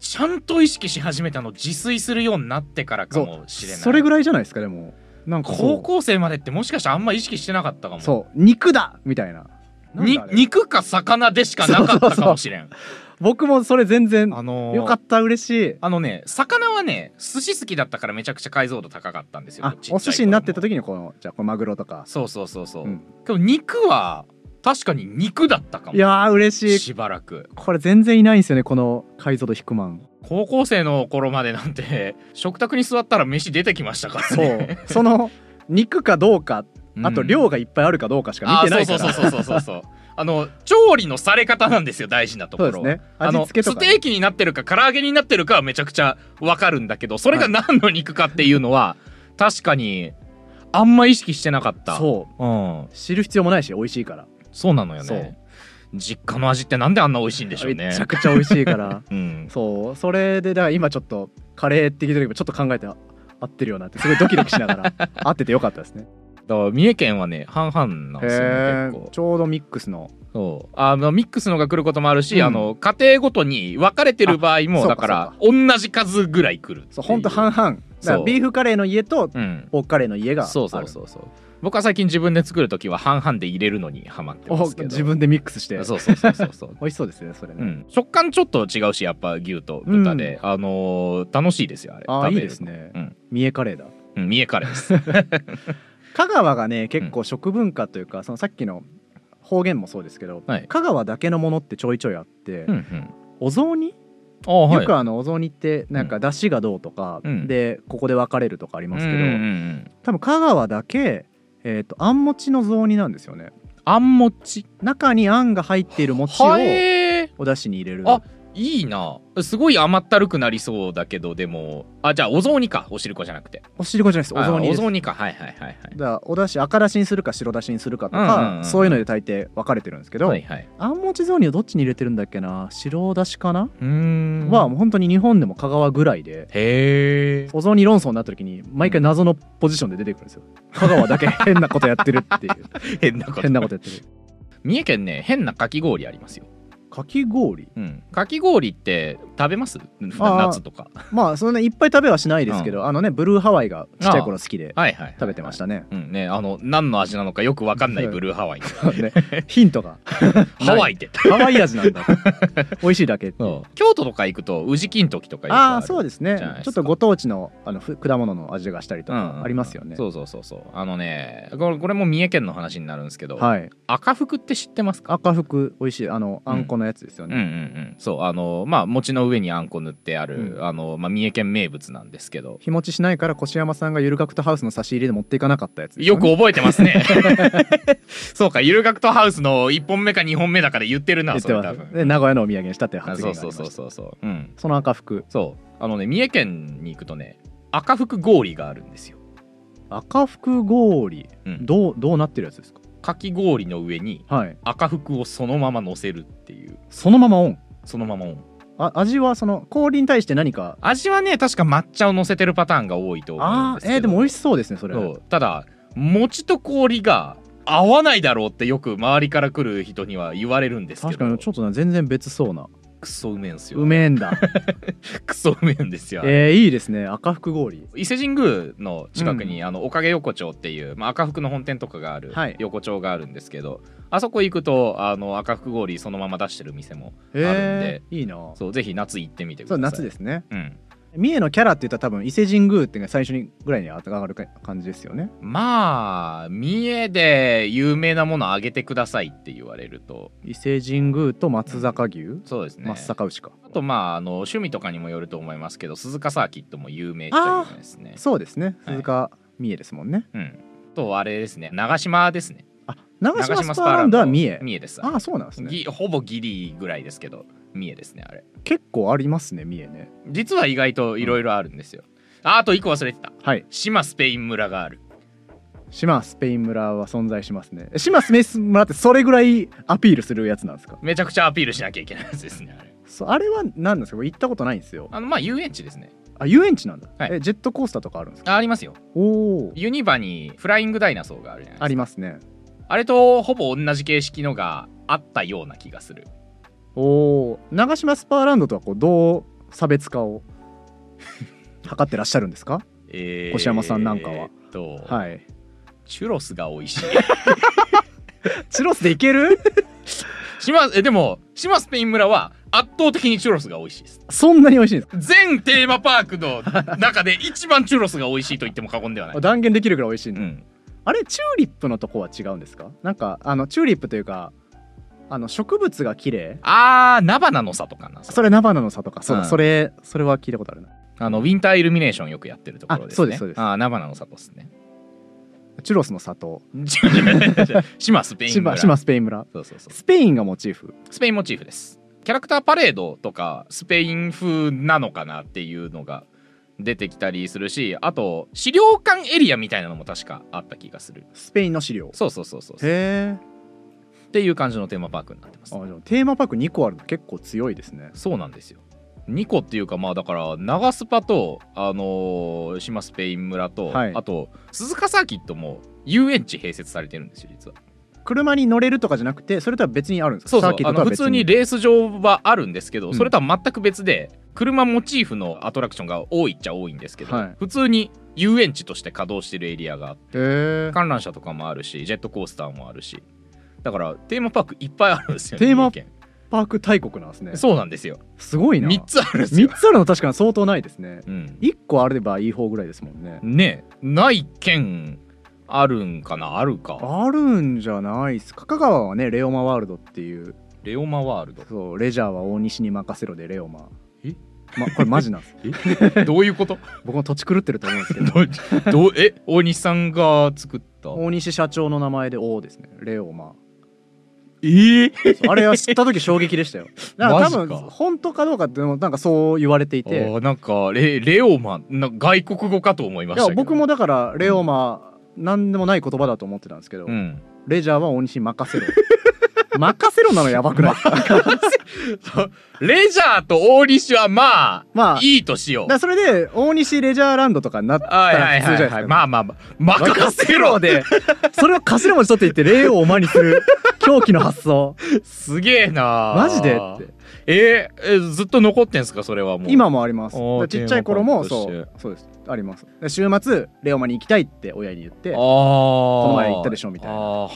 [SPEAKER 2] ちゃんと意識し始めたの自炊するようになってからかもしれない
[SPEAKER 1] それぐ
[SPEAKER 2] い
[SPEAKER 1] らいじゃないですかでもなんかそう
[SPEAKER 2] 高校生までってもしかしたらあんま意識してなかったかも
[SPEAKER 1] そう肉だみたいな
[SPEAKER 2] に
[SPEAKER 1] なんだあれ
[SPEAKER 2] 肉か魚でしかなかったかもしれん
[SPEAKER 1] 僕もそれ全然
[SPEAKER 2] あのー
[SPEAKER 1] よかった嬉しい
[SPEAKER 2] あのね魚はね寿司好きだったからめちゃくちゃ解像度高かったんですよ
[SPEAKER 1] あ
[SPEAKER 2] ちっちゃい
[SPEAKER 1] お寿司になってた
[SPEAKER 2] 頃
[SPEAKER 1] 時にこのじゃあこのマグロとか
[SPEAKER 2] もそうそうそうそう、
[SPEAKER 1] うん
[SPEAKER 2] けど肉は確かに肉だったかも
[SPEAKER 1] いやー嬉しい
[SPEAKER 2] しばらく
[SPEAKER 1] これ全然いないんですよねこの解像度低マン
[SPEAKER 2] 高校生の頃までなんて 食卓に座ったら飯出てきましたから
[SPEAKER 1] そ
[SPEAKER 2] ね
[SPEAKER 1] うその肉かどうかあと量
[SPEAKER 2] が
[SPEAKER 1] がいっぱいあるかどうかしか
[SPEAKER 2] あ
[SPEAKER 1] 見てないから、
[SPEAKER 2] あそうそうそうそうそうそうあの調理のされ方なんですよ大事なとこ
[SPEAKER 1] そう
[SPEAKER 2] ろ
[SPEAKER 1] です
[SPEAKER 2] は
[SPEAKER 1] ね
[SPEAKER 2] あ
[SPEAKER 1] 味
[SPEAKER 2] の
[SPEAKER 1] 付けと
[SPEAKER 2] ス
[SPEAKER 1] か、
[SPEAKER 2] テーキになってるか唐揚げになってるかはめちゃくちゃわかるんだけどそれが何の肉かっていうのは、確かにあんま意識してなかったう、、
[SPEAKER 1] そうん知る必要もないし美味しいから、
[SPEAKER 2] そうなのよ
[SPEAKER 1] そ
[SPEAKER 2] ね
[SPEAKER 1] う
[SPEAKER 2] 実家の味ってなんであんな美味しいんでしょうね
[SPEAKER 1] めちゃくちゃ美味しいから
[SPEAKER 2] うん、
[SPEAKER 1] そうそれでだから今ちょっ とカレーって聞いた時もちょっと考えてあ合ってるよなってすごいドキドキしながら合っててよかったですね
[SPEAKER 2] だから三重県はね半々なんですよね
[SPEAKER 1] へ
[SPEAKER 2] 結
[SPEAKER 1] え
[SPEAKER 2] 構
[SPEAKER 1] ちょうどミックスの
[SPEAKER 2] そうあのミックスのが来ることもあるし、
[SPEAKER 1] うん
[SPEAKER 2] あの家庭ごとに分かれてる場合も
[SPEAKER 1] あ
[SPEAKER 2] だから同じ数ぐらい来るってい
[SPEAKER 1] そうほんと半々だから
[SPEAKER 2] そう
[SPEAKER 1] ビーフカレーの家と
[SPEAKER 2] うん
[SPEAKER 1] ポークカレーの家がある
[SPEAKER 2] そうそうそうそう僕は最近自分で作る時は半々で入れるのにハマってま
[SPEAKER 1] お
[SPEAKER 2] すけど
[SPEAKER 1] 自分でミックスして
[SPEAKER 2] そうそうそうそう そう
[SPEAKER 1] 美味しそうですねそれね、
[SPEAKER 2] うん、食感ちょっと違うしやっぱ牛と豚で、あのー楽しいですよあれ
[SPEAKER 1] ああい
[SPEAKER 2] 食
[SPEAKER 1] い
[SPEAKER 2] べる
[SPEAKER 1] ですね、
[SPEAKER 2] うん
[SPEAKER 1] 三重カレーだ
[SPEAKER 2] うん三重カレーです
[SPEAKER 1] 香川がね結構食文化というか、そのさっきの方言もそうですけど、
[SPEAKER 2] はい
[SPEAKER 1] 香川だけのものってちょいちょいあって、
[SPEAKER 2] うん、うん、
[SPEAKER 1] お雑煮、
[SPEAKER 2] ああはい
[SPEAKER 1] よくあのお雑煮ってなんか出汁がどうとか、
[SPEAKER 2] うん
[SPEAKER 1] でここで分かれるとかありますけど、
[SPEAKER 2] うんうんうん
[SPEAKER 1] 多分香川だけ、えー、とあん餅の雑煮なんですよね
[SPEAKER 2] あんもち
[SPEAKER 1] 中にあんが入っている餅を
[SPEAKER 2] はえー
[SPEAKER 1] お出汁に入れる
[SPEAKER 2] あいいなすごい甘ったるくなりそうだけどでもあじゃあお雑煮かおしるこじゃなくて
[SPEAKER 1] お汁粉じゃないですお雑煮
[SPEAKER 2] あ
[SPEAKER 1] で
[SPEAKER 2] お
[SPEAKER 1] す
[SPEAKER 2] 雑煮かはいはいはいはい
[SPEAKER 1] だからお出汁赤出汁にするか白出汁にするかとか、
[SPEAKER 2] うんうんうん
[SPEAKER 1] そういうので大抵分かれてるんですけど、
[SPEAKER 2] はいはい
[SPEAKER 1] あんもち雑煮をどっちに入れてるんだっけな白出汁かな、
[SPEAKER 2] うーん
[SPEAKER 1] はもう本当に日本でも香川ぐらいで
[SPEAKER 2] へえ
[SPEAKER 1] お雑煮論争になった時に毎回謎のポジションで出てくるんですよ香川だけ 変なことやってるっていう
[SPEAKER 2] 変なこと
[SPEAKER 1] 変なことやってる
[SPEAKER 2] 三重県ね変なかき氷ありますよ、
[SPEAKER 1] かき氷
[SPEAKER 2] うん、かき氷って食べます普段夏とか
[SPEAKER 1] まあそんないっぱい食べはしないですけど、あのねブルーハワイがちっちゃい頃好きで
[SPEAKER 2] はいはいはい
[SPEAKER 1] 食べてましたね
[SPEAKER 2] うんね、あの何の味なのかよくわかんないブルーハワイ
[SPEAKER 1] ねヒントが
[SPEAKER 2] ハワイで
[SPEAKER 1] ハワイ味 なんだ美味しいだけっていう
[SPEAKER 2] 京都とか行くと宇治金時とかよく
[SPEAKER 1] あ
[SPEAKER 2] あ
[SPEAKER 1] あ
[SPEAKER 2] る
[SPEAKER 1] そうですね
[SPEAKER 2] じゃないです
[SPEAKER 1] ちょ
[SPEAKER 2] か
[SPEAKER 1] っとご当地のあのふ果物の味がしたりと
[SPEAKER 2] うんうんう
[SPEAKER 1] か
[SPEAKER 2] ん
[SPEAKER 1] ありますよね、
[SPEAKER 2] そうそうそうそうあのねこれこれも三重県の話になるんですけど、
[SPEAKER 1] はい
[SPEAKER 2] 赤福って知ってますか
[SPEAKER 1] 赤福美味しいあの
[SPEAKER 2] うん
[SPEAKER 1] あんこのやつですよ
[SPEAKER 2] うんうんう
[SPEAKER 1] ね、
[SPEAKER 2] んそうあのまあ餅の上にあんこ塗ってある、
[SPEAKER 1] う
[SPEAKER 2] あのまあ、三重県名物なんですけど
[SPEAKER 1] 日持ちしないから越山さんがゆるガクトハウスの差し入れで持っていかなかったやつです
[SPEAKER 2] よ
[SPEAKER 1] よ
[SPEAKER 2] く
[SPEAKER 1] ね、
[SPEAKER 2] 覚えてます ねそうかゆる学とハウスの1本目か2本目だから言ってるな
[SPEAKER 1] 言っ
[SPEAKER 2] そ
[SPEAKER 1] て
[SPEAKER 2] れ
[SPEAKER 1] ま
[SPEAKER 2] 多
[SPEAKER 1] す
[SPEAKER 2] 分
[SPEAKER 1] で名古屋のお土産にしたっていう
[SPEAKER 2] あ
[SPEAKER 1] 発
[SPEAKER 2] そ
[SPEAKER 1] 言
[SPEAKER 2] う
[SPEAKER 1] があり
[SPEAKER 2] そ
[SPEAKER 1] まし
[SPEAKER 2] う
[SPEAKER 1] た
[SPEAKER 2] そうそうそううん
[SPEAKER 1] その赤福
[SPEAKER 2] そうあのね三重県に行くとね赤福氷があるんですよ、
[SPEAKER 1] 赤福氷
[SPEAKER 2] うん、
[SPEAKER 1] どうどうなってるやつですか
[SPEAKER 2] かき氷の上に
[SPEAKER 1] はい
[SPEAKER 2] 赤福をそのまま乗せるっていう
[SPEAKER 1] そのままオン
[SPEAKER 2] そのままオン
[SPEAKER 1] あ味はその氷に対して何か
[SPEAKER 2] 味はね確か抹茶を乗せてるパターンが多いと思うん
[SPEAKER 1] あー
[SPEAKER 2] ですけど
[SPEAKER 1] えーでも美味しそうですねそれ
[SPEAKER 2] そうただ餅と氷が合わないだろうってよく周りから来る人には言われるんですけど
[SPEAKER 1] 確かにちょっとな全然別そうな
[SPEAKER 2] クソうめえんすよ
[SPEAKER 1] うめえんだ
[SPEAKER 2] クソうめえんですよ、
[SPEAKER 1] えー、いいですね赤福氷
[SPEAKER 2] 伊勢神宮の近くに、あのおかげ横丁っていう、まあ、赤福の本店とかがある
[SPEAKER 1] はい
[SPEAKER 2] 横丁があるんですけど、あそこ行くとあの赤福氷そのまま出してる店も
[SPEAKER 1] えー、いいな
[SPEAKER 2] そうぜひ夏行ってみてく
[SPEAKER 1] そ
[SPEAKER 2] ださ
[SPEAKER 1] う
[SPEAKER 2] い、
[SPEAKER 1] 夏ですすね
[SPEAKER 2] うん、
[SPEAKER 1] 三重のキャラって言ったら多分伊勢神宮っていうのが最初にぐらいに上がる感じですよね
[SPEAKER 2] まあ三重で有名なものあげてくださいって言われると
[SPEAKER 1] 伊勢神宮と松坂牛、
[SPEAKER 2] そうですね
[SPEAKER 1] 松阪牛か
[SPEAKER 2] あとまああの趣味とかにもよると思いますけど鈴鹿サーキットも有名というですね
[SPEAKER 1] そうですね
[SPEAKER 2] はい
[SPEAKER 1] 鈴鹿三重ですもんね、
[SPEAKER 2] うんあとあれですね長島ですね
[SPEAKER 1] あ長島スパーランドは三重
[SPEAKER 2] 三重です
[SPEAKER 1] ああそうなんですね
[SPEAKER 2] ぎほぼギリぐらいですけど三重ですねあれ
[SPEAKER 1] 結構ありますね三重ね
[SPEAKER 2] 実は意外といろいろあるんですよ、ああと一個忘れてた
[SPEAKER 1] はい
[SPEAKER 2] 島スペイン村がある
[SPEAKER 1] 島スペイン村は存在しますねえ島スペイン村ってそれぐらいアピールするやつなんですか
[SPEAKER 2] めちゃくちゃアピールしなきゃいけないやつですねあれ
[SPEAKER 1] そうあれは何なんですか僕行ったことないんですよ
[SPEAKER 2] あのまあ遊園地ですね
[SPEAKER 1] あ遊園地なんだ、
[SPEAKER 2] はい
[SPEAKER 1] えジェットコースターとかあるんですか
[SPEAKER 2] あありますよ
[SPEAKER 1] おおー
[SPEAKER 2] ユニバにフライングダイナソーがあるじゃないですか
[SPEAKER 1] ありますね
[SPEAKER 2] あれとほぼ同じ形式のがあったような気がする
[SPEAKER 1] おお長島スパーランドとはこうどう差別化を 図ってらっしゃるんですか
[SPEAKER 2] えー
[SPEAKER 1] 越山さんなんかは
[SPEAKER 2] えーっと、
[SPEAKER 1] はい
[SPEAKER 2] チュロスが美味しい
[SPEAKER 1] チュロスでいけ る
[SPEAKER 2] 島えでも島スペイン村は圧倒的にチュロスが美味しいです
[SPEAKER 1] そんなに美味しいんです
[SPEAKER 2] 全テーマパークの中で一番チュロスが美味しいと言っても過言で はない
[SPEAKER 1] か、断言できるぐらい美味しいん
[SPEAKER 2] う
[SPEAKER 1] だ、
[SPEAKER 2] ん、
[SPEAKER 1] あれチューリップのとこは違うんですかなんかあのチューリップというかあの植物が綺麗
[SPEAKER 2] あー、菜花の里かな。
[SPEAKER 1] それ菜花の里かそうだ、
[SPEAKER 2] うん
[SPEAKER 1] それそれは聞いたことあるな
[SPEAKER 2] あの、ウィンターイルミネーションよくやってるところですね。
[SPEAKER 1] あそうですそうです
[SPEAKER 2] あー、菜花の里ですね。
[SPEAKER 1] チュロスの里
[SPEAKER 2] 島スペイン
[SPEAKER 1] 島
[SPEAKER 2] 村。
[SPEAKER 1] 島スペイン村
[SPEAKER 2] そうそうそう。
[SPEAKER 1] スペインがモチーフ
[SPEAKER 2] スペインモチーフです。キャラクターパレードとか、スペイン風なのかなっていうのが出てきたりするし、あと、資料館エリアみたいなのも確かあった気がする。
[SPEAKER 1] スペインの資料
[SPEAKER 2] そうそうそうそう。
[SPEAKER 1] へえ
[SPEAKER 2] っていう感じのテーマパークになってます。
[SPEAKER 1] テーマパーク2個あるの結構強いですね
[SPEAKER 2] そうなんですよ。 2個っていうかまあだから長スパとあのー島スペイン村と、
[SPEAKER 1] はい
[SPEAKER 2] あと鈴鹿サーキットも遊園地併設されてるんですよ実は
[SPEAKER 1] 車に乗れるとかじゃなくてそれとは別にあるんですか
[SPEAKER 2] そうそ
[SPEAKER 1] サ
[SPEAKER 2] う
[SPEAKER 1] ーキッ
[SPEAKER 2] あ
[SPEAKER 1] トとは
[SPEAKER 2] の普
[SPEAKER 1] 別
[SPEAKER 2] 通にレース場はあるんですけど、
[SPEAKER 1] うん
[SPEAKER 2] それとは全く別で車モチーフのアトラクションが多いっちゃ多いんですけど、
[SPEAKER 1] はい
[SPEAKER 2] 普通に遊園地として稼働してるエリアがあって
[SPEAKER 1] へー
[SPEAKER 2] 観覧車とかもあるしジェットコースターもあるしだからテーマパークいっぱいあるんですよね
[SPEAKER 1] テーマ
[SPEAKER 2] 三重
[SPEAKER 1] パーク大国なんですね
[SPEAKER 2] 県そうなんですよ
[SPEAKER 1] すごいな
[SPEAKER 2] 3つあるんですよ
[SPEAKER 1] 3、つあるの確かに相当ないですね
[SPEAKER 2] うん、
[SPEAKER 1] 1個あればいい方ぐらいですもんね
[SPEAKER 2] ねえない県あるんかなあるか
[SPEAKER 1] あるんじゃないですか香川はねレオマワールドっていう
[SPEAKER 2] レオマワール
[SPEAKER 1] そうレジャーは大西に任せろでレオマ
[SPEAKER 2] え
[SPEAKER 1] ま、これマジなんです
[SPEAKER 2] ド どういうこと
[SPEAKER 1] 僕も土地狂ってると思うんですけど
[SPEAKER 2] どどうえ大西さんが作った
[SPEAKER 1] 大西社長の名前で「王ですねレオマ
[SPEAKER 2] ええ
[SPEAKER 1] そうあれは知った時衝撃で したよだから多
[SPEAKER 2] マジか
[SPEAKER 1] 分本当かどうかっていうのもなんかそう言われていて
[SPEAKER 2] あーなんかレレオマな外国語かと思いま
[SPEAKER 1] い
[SPEAKER 2] した
[SPEAKER 1] や
[SPEAKER 2] けど
[SPEAKER 1] 僕もだからレオマ、なんでもない言葉だと思ってたんですけど、
[SPEAKER 2] うん
[SPEAKER 1] レジャーは大西に任せろ 任せろなのやばくないですか
[SPEAKER 2] レジャーと大西は まあ
[SPEAKER 1] まあ
[SPEAKER 2] いいとしよ
[SPEAKER 1] だ
[SPEAKER 2] う
[SPEAKER 1] からそれで大西レジャーランドとかになった
[SPEAKER 2] はいは
[SPEAKER 1] ら
[SPEAKER 2] い
[SPEAKER 1] 普通
[SPEAKER 2] は
[SPEAKER 1] じゃないいです
[SPEAKER 2] は
[SPEAKER 1] か、
[SPEAKER 2] いまあまあまあ任せろで
[SPEAKER 1] それを頭文字取って言って霊をおまにす る狂気の発想
[SPEAKER 2] すげえな
[SPEAKER 1] マジでって
[SPEAKER 2] えーえずっと残ってんすかそれはもう
[SPEAKER 1] 今もありますだ
[SPEAKER 2] おー
[SPEAKER 1] からちっちゃい頃も
[SPEAKER 2] テー
[SPEAKER 1] そ
[SPEAKER 2] マパーク
[SPEAKER 1] うそうですありますで週末レオマに行きたいって親に言って
[SPEAKER 2] あこ
[SPEAKER 1] の前行ったでしょみたいな
[SPEAKER 2] あーは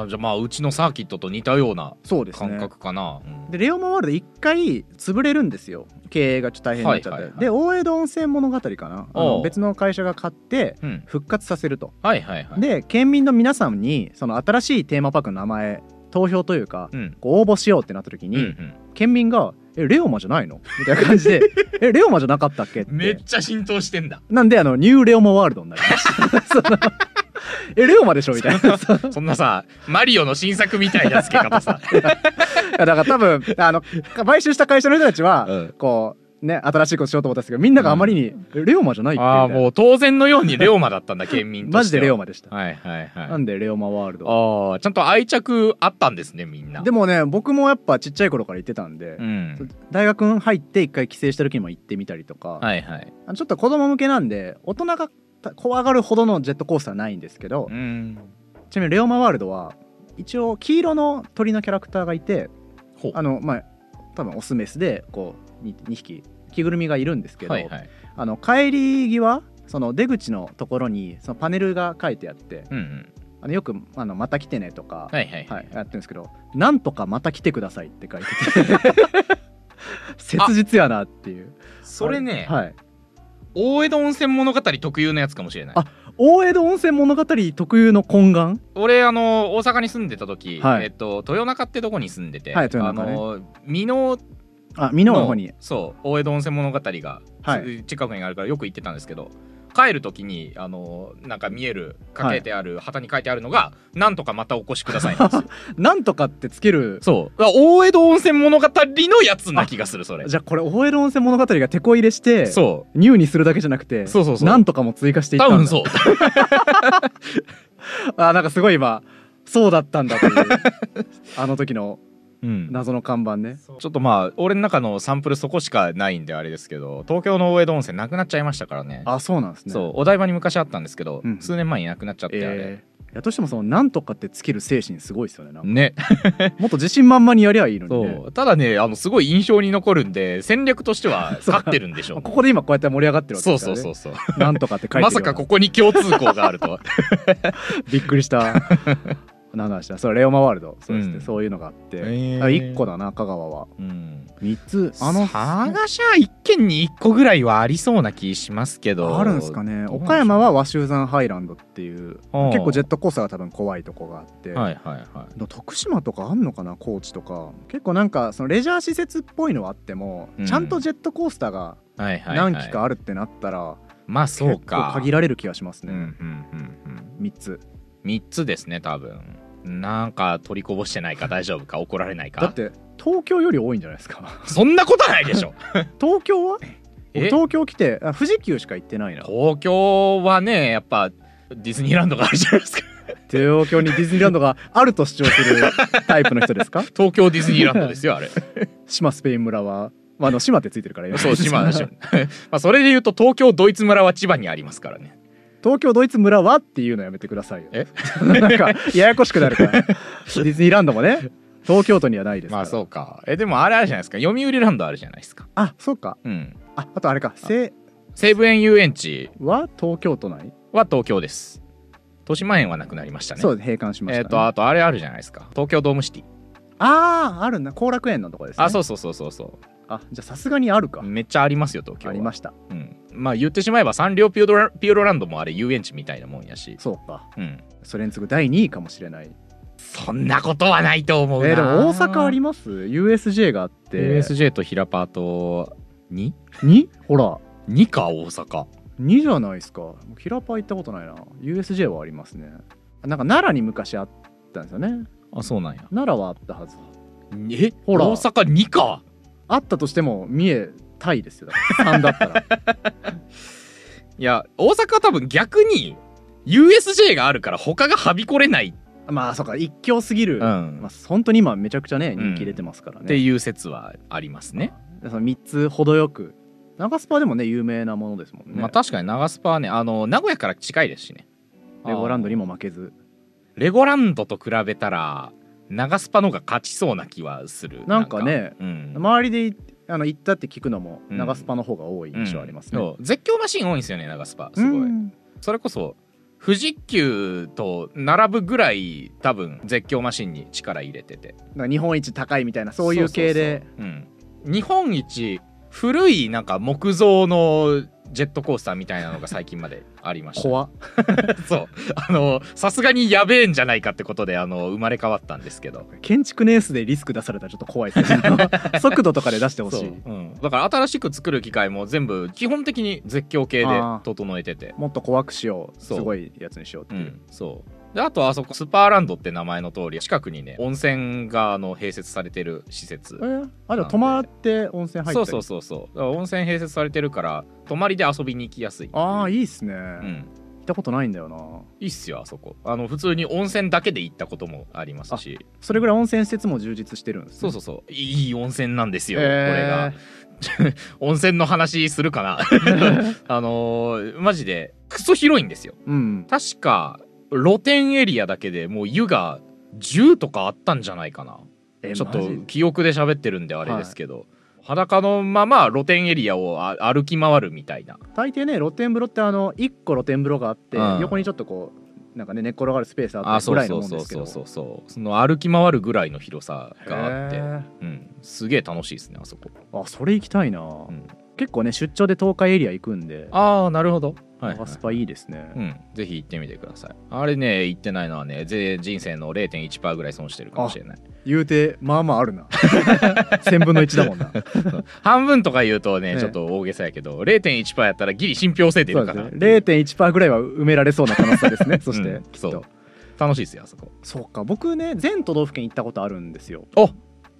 [SPEAKER 2] あーじゃあまあうちのサーキットと似たような
[SPEAKER 1] そうです
[SPEAKER 2] 感
[SPEAKER 1] ね
[SPEAKER 2] 覚かな、うん
[SPEAKER 1] でレオマワールド一回潰れるんですよ経営がちょっと大変になっちゃって、
[SPEAKER 2] はいはいはい
[SPEAKER 1] で大江戸温泉物語かなあ
[SPEAKER 2] お
[SPEAKER 1] の
[SPEAKER 2] う
[SPEAKER 1] 別の会社が買って
[SPEAKER 2] うん
[SPEAKER 1] 復活させると
[SPEAKER 2] はいはいはい
[SPEAKER 1] で県民の皆さんにその新しいテーマパークの名前投票というか
[SPEAKER 2] うん
[SPEAKER 1] こう応募しようってなった時
[SPEAKER 2] うん
[SPEAKER 1] に、
[SPEAKER 2] うん
[SPEAKER 1] 県民が「えレオマじゃないの?」みたいな感じ で「えレオマじゃなかったっけ?」って
[SPEAKER 2] めっちゃ浸透してんだ
[SPEAKER 1] なんであのニューレオマワールドになりましたそ のえレオマでしょみたいなそう
[SPEAKER 2] そんなさマリオの新作みたいな付け 方さ、
[SPEAKER 1] だから多分あの買収した会社の人たちは、
[SPEAKER 2] うん
[SPEAKER 1] こうね新しいことしようと思ったんですけどみんながあまりに「えレオマじゃない」ってみた
[SPEAKER 2] ああ
[SPEAKER 1] いな
[SPEAKER 2] もう当然のようにレオマだったんだ県民としては
[SPEAKER 1] マジでレオ
[SPEAKER 2] マ
[SPEAKER 1] マでした、
[SPEAKER 2] はいはいはい
[SPEAKER 1] なんでレオマワールド
[SPEAKER 2] ああちゃんと愛着あったんですねみんな
[SPEAKER 1] で
[SPEAKER 2] も
[SPEAKER 1] もね僕もやっぱちっちゃい頃から行ってたんで
[SPEAKER 2] う、ん
[SPEAKER 1] 大学入って一回帰省した時にも行ってみたりとか、
[SPEAKER 2] はいはい
[SPEAKER 1] あのちょっと子供向けなんで大人が怖がるほどのジェットコースターはないんですけど、
[SPEAKER 2] うん
[SPEAKER 1] ちなみにレオマワールドは一応黄色の鳥のキャラクターがいて
[SPEAKER 2] ほう
[SPEAKER 1] あのまあ多分オスメスでこう 2, 匹着ぐるみがいるんですけど、
[SPEAKER 2] はいはい
[SPEAKER 1] あの帰り際その出口のところにそのパネルが書いてあって
[SPEAKER 2] うんうん
[SPEAKER 1] あのよくあの「また来てね」とか、
[SPEAKER 2] はいはい
[SPEAKER 1] はいやってるんですけど「なんとかまた来てください」って書いてて 切実やなっていう
[SPEAKER 2] それね、
[SPEAKER 1] はい、
[SPEAKER 2] 大江戸温泉物語特有のやつかもしれない
[SPEAKER 1] あ大江戸温泉物語特有の懇願
[SPEAKER 2] 俺あの大阪に住んでた時、
[SPEAKER 1] はい
[SPEAKER 2] えっと、豊中ってとこに住んでて、
[SPEAKER 1] はい豊中ね
[SPEAKER 2] あの美濃
[SPEAKER 1] あ美濃の方に
[SPEAKER 2] そう大江戸温泉物語が、
[SPEAKER 1] はい
[SPEAKER 2] す近くにあるからよく行ってたんですけど帰る時にあのなんか見えるかけてある、旗に書いてあるのが「なんとかまたお越しく ださい」なんですよ
[SPEAKER 1] なんとかってつける
[SPEAKER 2] そうだから大江戸温泉物語のやつな気がするそれ
[SPEAKER 1] じゃあこれ大江戸温泉物語が手こ入れして
[SPEAKER 2] そ
[SPEAKER 1] ニューにするだけじゃなくて
[SPEAKER 2] うそうそうそう
[SPEAKER 1] なんとかも追加していったん
[SPEAKER 2] 多
[SPEAKER 1] だ
[SPEAKER 2] 分そう
[SPEAKER 1] あなんかすごい今そうだったん だというあの時の
[SPEAKER 2] うん
[SPEAKER 1] 謎の看板ね
[SPEAKER 2] ちょっとまあ俺の中のサンプルそこしかないんであれですけど東京の大江戸温泉なくなっちゃいましたからね
[SPEAKER 1] あそうなんですね
[SPEAKER 2] そうお台場に昔あったんですけど、
[SPEAKER 1] うん
[SPEAKER 2] 数年前になくなっちゃってあれ、
[SPEAKER 1] えーいやとしてもそのなんとかってつける精神すごいですよねなんか
[SPEAKER 2] ね
[SPEAKER 1] もっと自信満々にやりゃいいのに
[SPEAKER 2] そ
[SPEAKER 1] ね
[SPEAKER 2] うただねあのすごい印象に残るんで戦略としては
[SPEAKER 1] そう
[SPEAKER 2] 勝ってるんでしょ
[SPEAKER 1] まあ
[SPEAKER 2] う
[SPEAKER 1] ここで今こうやって盛り上がってるわけ
[SPEAKER 2] そ
[SPEAKER 1] で
[SPEAKER 2] う
[SPEAKER 1] すから、ね、
[SPEAKER 2] そうそうそう
[SPEAKER 1] なんとかって書いてるような
[SPEAKER 2] まさかここに共通項がある とは
[SPEAKER 1] びっくりした 何の話だそれレオマワールドそうですね、
[SPEAKER 2] うん
[SPEAKER 1] そういうのがあって、
[SPEAKER 2] へ
[SPEAKER 1] あ
[SPEAKER 2] ー
[SPEAKER 1] 1個だな香川は
[SPEAKER 2] うん
[SPEAKER 1] 3つあ
[SPEAKER 2] あ
[SPEAKER 1] の
[SPEAKER 2] の探しゃ一軒に一個ぐらいはありそうな気しますけど
[SPEAKER 1] あるんですか
[SPEAKER 2] ね
[SPEAKER 1] ね
[SPEAKER 2] どうなんでしょう
[SPEAKER 1] 岡山は和州山ハイランドっていう
[SPEAKER 2] ああ
[SPEAKER 1] 結構ジェットコースターが多分怖いとこがあって、
[SPEAKER 2] はいはいは
[SPEAKER 1] でも徳島とかあんのかな高知とか結構なんかそのレジャー施設っぽいのはあっても、
[SPEAKER 2] うん
[SPEAKER 1] ちゃんとジェットコースターが
[SPEAKER 2] いはいはいはい
[SPEAKER 1] 何機かあるってなったら、
[SPEAKER 2] まあそう
[SPEAKER 1] 結
[SPEAKER 2] か
[SPEAKER 1] 構限られる気がします
[SPEAKER 2] うん
[SPEAKER 1] ね、
[SPEAKER 2] うんうんうん
[SPEAKER 1] 3つ
[SPEAKER 2] 3つですね多分なんか取りこぼしてないか大丈夫か怒られないか
[SPEAKER 1] だって東京より多いんじゃないですか
[SPEAKER 2] そんなことないでしょ
[SPEAKER 1] 東京は
[SPEAKER 2] え
[SPEAKER 1] 東京来てあ富士急しか行ってないな
[SPEAKER 2] 東京はねやっぱディズニーランドがあるじゃない ですか
[SPEAKER 1] 東京にディズニーランドがあると主張するタイプの人ですか
[SPEAKER 2] 東京ディズニーランドですよあれ
[SPEAKER 1] 島スペイン村はまあ、あの島ってついてるから今
[SPEAKER 2] そう島だし まあそれで言うと東京ドイツ村は千葉にありますからね
[SPEAKER 1] 東京ドイツ村はっていうのやめてくださいよ
[SPEAKER 2] え
[SPEAKER 1] なんかややこしくな るからディズニーランドもね東京都にはないですから
[SPEAKER 2] まあそうかえでもあれあるじゃないですか読売ランドあるじゃないですか
[SPEAKER 1] あそうか
[SPEAKER 2] うん
[SPEAKER 1] ああとあれかせ
[SPEAKER 2] 西武園遊園地
[SPEAKER 1] は東京都内、
[SPEAKER 2] は東京です豊島園はなくなりましたね
[SPEAKER 1] そうです閉館しました、
[SPEAKER 2] えっ、
[SPEAKER 1] ね
[SPEAKER 2] とあとあれあるじゃないですか東京ドームシティ、
[SPEAKER 1] あああるんだ後楽園のとこです、ね、
[SPEAKER 2] あそううそうそうそうそ
[SPEAKER 1] あじゃあさすがにあるか
[SPEAKER 2] うめっちゃありますよ東京
[SPEAKER 1] あ
[SPEAKER 2] は
[SPEAKER 1] りました
[SPEAKER 2] うん、まあ言ってしまえばサンリオピューロラピューロランドもあれ遊園地みたいなもんやし、
[SPEAKER 1] そうか
[SPEAKER 2] うん、
[SPEAKER 1] それに次ぐ第2位かもしれない
[SPEAKER 2] そんなことはないと思
[SPEAKER 1] え
[SPEAKER 2] うな、
[SPEAKER 1] ーでも大阪あります USJ があって、
[SPEAKER 2] USJ とヒラパーと 2?
[SPEAKER 1] 2? ほら
[SPEAKER 2] 2か大阪
[SPEAKER 1] 2じゃないですかもうキラパー行ったことないな USJ はありますねなんか奈良に昔あったんですよね
[SPEAKER 2] あそうなんや
[SPEAKER 1] 奈良はあったはず
[SPEAKER 2] え
[SPEAKER 1] ほら
[SPEAKER 2] 大阪2か
[SPEAKER 1] あったとしても三重タイですよ3だったら
[SPEAKER 2] いや大阪は多分逆に USJ があるから他がはびこれない、
[SPEAKER 1] まあそうか一強すぎる、
[SPEAKER 2] ん
[SPEAKER 1] まあ
[SPEAKER 2] っ、
[SPEAKER 1] 本当に今めちゃくちゃね
[SPEAKER 2] うん
[SPEAKER 1] 人気出てますからね、
[SPEAKER 2] ていう説はありますね、
[SPEAKER 1] でその3つ程よく長スパでもね有名なものですもんね、
[SPEAKER 2] まあ確かに長スパはねあの名古屋から近いですしね
[SPEAKER 1] レゴラン
[SPEAKER 2] ド
[SPEAKER 1] ドにも負けず
[SPEAKER 2] レゴランドと比べたら長スパの方が勝ちそうな気はする
[SPEAKER 1] なんかね
[SPEAKER 2] うん
[SPEAKER 1] 周りであの行ったって聞くのも
[SPEAKER 2] うん
[SPEAKER 1] 長スパの方が多い印象ありますね、
[SPEAKER 2] うんそう絶叫マシーン多いんですよね長スパすごい、
[SPEAKER 1] うん
[SPEAKER 2] それこそ富士急と並ぶぐらい多分絶叫マシーンに力入れてて
[SPEAKER 1] なんか日本一高いみたいなそういう系で
[SPEAKER 2] そうそうそううん、日本一古いなんか木造のジェットコースターみたいなのが最近までありました、
[SPEAKER 1] 怖っ
[SPEAKER 2] そうあのさすがにやべえんじゃないかってことであの生まれ変わったんですけど
[SPEAKER 1] 建築ネースでリスク出されたらちょっと怖い ですね速度とかで出してほし
[SPEAKER 2] そう
[SPEAKER 1] い
[SPEAKER 2] うん、だから新しく作る機械も全部基本的に絶叫系で整えてて
[SPEAKER 1] もっと怖くしようす
[SPEAKER 2] そう
[SPEAKER 1] ごいやつにしようって
[SPEAKER 2] う
[SPEAKER 1] いう、
[SPEAKER 2] ん、そうであとあそこスパーランドって名前の通り近くにね温泉があの併設されてる施設
[SPEAKER 1] えーあでも泊まって温泉入ったり
[SPEAKER 2] そうそうそうそうだから温泉併設されてるから泊まりで遊びに行きやすい
[SPEAKER 1] ああいいっすね、
[SPEAKER 2] う
[SPEAKER 1] 行
[SPEAKER 2] ん
[SPEAKER 1] ったことないんだよない
[SPEAKER 2] いっすよあそこあの普通に温泉だけで行ったこともありますし
[SPEAKER 1] それぐらい温泉施設も充実してるんですね、
[SPEAKER 2] そうそうそういい温泉なんですよ、
[SPEAKER 1] え
[SPEAKER 2] これが 温泉の話するかな あのーマジでクソ広いんですよ
[SPEAKER 1] うん
[SPEAKER 2] 確か露天エリアだけでもう湯が10とかあったんじゃないかな
[SPEAKER 1] え
[SPEAKER 2] ちょっ
[SPEAKER 1] マ
[SPEAKER 2] と
[SPEAKER 1] ジ
[SPEAKER 2] 記憶で喋ってるんであれですけど、裸のまま露天エリアをあ歩き回るみたいな
[SPEAKER 1] 大抵ね露天風呂ってあの1個露天風呂があって、
[SPEAKER 2] うん
[SPEAKER 1] 横にちょっとこうなんかね寝っ転がるスペースあってぐらいのもんですけど
[SPEAKER 2] そうそうそうそうその歩き回るぐらいの広さがあって、
[SPEAKER 1] へ
[SPEAKER 2] うん、すげえ楽しいですねあそこ
[SPEAKER 1] ーあそれ行きたいな、
[SPEAKER 2] ん
[SPEAKER 1] 結構ね出張で東海エリア行くんで
[SPEAKER 2] ああなるほどは
[SPEAKER 1] 長
[SPEAKER 2] い、はい
[SPEAKER 1] スパいいですね、
[SPEAKER 2] うん、ぜひ行ってみてくださいあれね行ってないのはねぜ人生の0.1%ぐらい損してるかもしれない
[SPEAKER 1] 言うてまあまああるな 1000分の1だもんな
[SPEAKER 2] 半分とか言うとね
[SPEAKER 1] ね
[SPEAKER 2] ちょっと大げさやけど0.1%やったらギリ信憑性出
[SPEAKER 1] そう
[SPEAKER 2] る
[SPEAKER 1] で
[SPEAKER 2] か
[SPEAKER 1] すね
[SPEAKER 2] ら、
[SPEAKER 1] 0.1%ぐらいは埋められそうな可能性ですねそして、
[SPEAKER 2] うん
[SPEAKER 1] きっと
[SPEAKER 2] そ
[SPEAKER 1] そう
[SPEAKER 2] う楽しいですよあそこ
[SPEAKER 1] か僕ね全都道府県行ったことあるんですよ
[SPEAKER 2] お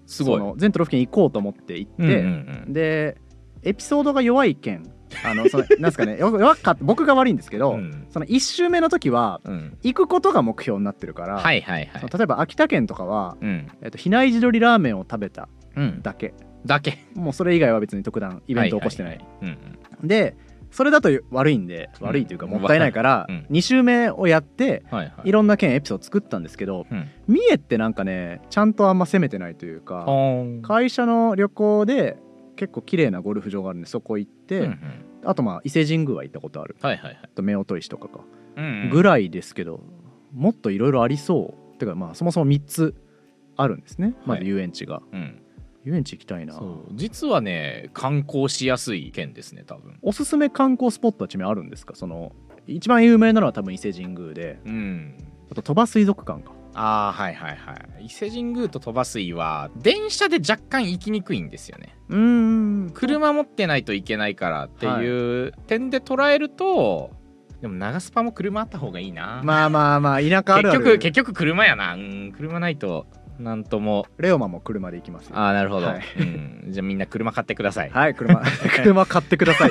[SPEAKER 2] すご
[SPEAKER 1] そ
[SPEAKER 2] い
[SPEAKER 1] の全都道府県行こうと思って行って、
[SPEAKER 2] うんうん
[SPEAKER 1] でエピソードが弱い県あの そのなんすかねよ弱かった僕が悪いんですけど、
[SPEAKER 2] うんうん
[SPEAKER 1] その1周目の時は
[SPEAKER 2] うん
[SPEAKER 1] 行くことが目標になってるから、
[SPEAKER 2] はいはいは
[SPEAKER 1] そ
[SPEAKER 2] い
[SPEAKER 1] の例えば秋田県とかは、
[SPEAKER 2] うん
[SPEAKER 1] えっと、比内地鶏ラーメンを食べた
[SPEAKER 2] うん
[SPEAKER 1] だけ
[SPEAKER 2] だけ
[SPEAKER 1] もうそれ以外は別に特段イ
[SPEAKER 2] イ
[SPEAKER 1] ベント起こしてない,、
[SPEAKER 2] うんうん
[SPEAKER 1] でそれだと悪いんで
[SPEAKER 2] うん
[SPEAKER 1] 悪いというかもったいないから、
[SPEAKER 2] わかるうん
[SPEAKER 1] 2周目をやって
[SPEAKER 2] はいはい
[SPEAKER 1] いろんな県エピソード作ったんですけど、
[SPEAKER 2] うん
[SPEAKER 1] 三重ってなんかねちゃんとあんま攻めてないというか、
[SPEAKER 2] ほーん
[SPEAKER 1] 会社の旅行で結構綺麗なゴルフ場があるんでそこ行って、
[SPEAKER 2] うんうん
[SPEAKER 1] あとまあ伊勢神宮は行ったことある
[SPEAKER 2] はいはいはい
[SPEAKER 1] あと夫婦石とかか、
[SPEAKER 2] うんうん
[SPEAKER 1] ぐらいですけどもっといろいろありそうてかまあそもそも3つあるんですねまず遊園地が、
[SPEAKER 2] うん
[SPEAKER 1] 遊園地行きたいな
[SPEAKER 2] そう実はね観光しやすい県ですね多分
[SPEAKER 1] おすすめ観光スポットはちなみにあるんですかその一番有名なのは多分伊勢神宮で
[SPEAKER 2] うん
[SPEAKER 1] あと鳥羽水族館か
[SPEAKER 2] ああはいはいはい伊勢神宮と鳥羽水は電車で若干行きにくいんですよね
[SPEAKER 1] うーん
[SPEAKER 2] 車持ってないといけないからっていう点で捉えると、でも長スパも車あった方がいいな、
[SPEAKER 1] まあまあまあ田舎ある
[SPEAKER 2] 結
[SPEAKER 1] ある
[SPEAKER 2] 局結局車やなうん車ないとなんとも
[SPEAKER 1] レオマも車で行きますよ
[SPEAKER 2] ああなるほど、
[SPEAKER 1] はい
[SPEAKER 2] うん、じゃあみんな車買ってくださ い、
[SPEAKER 1] はい車車買ってください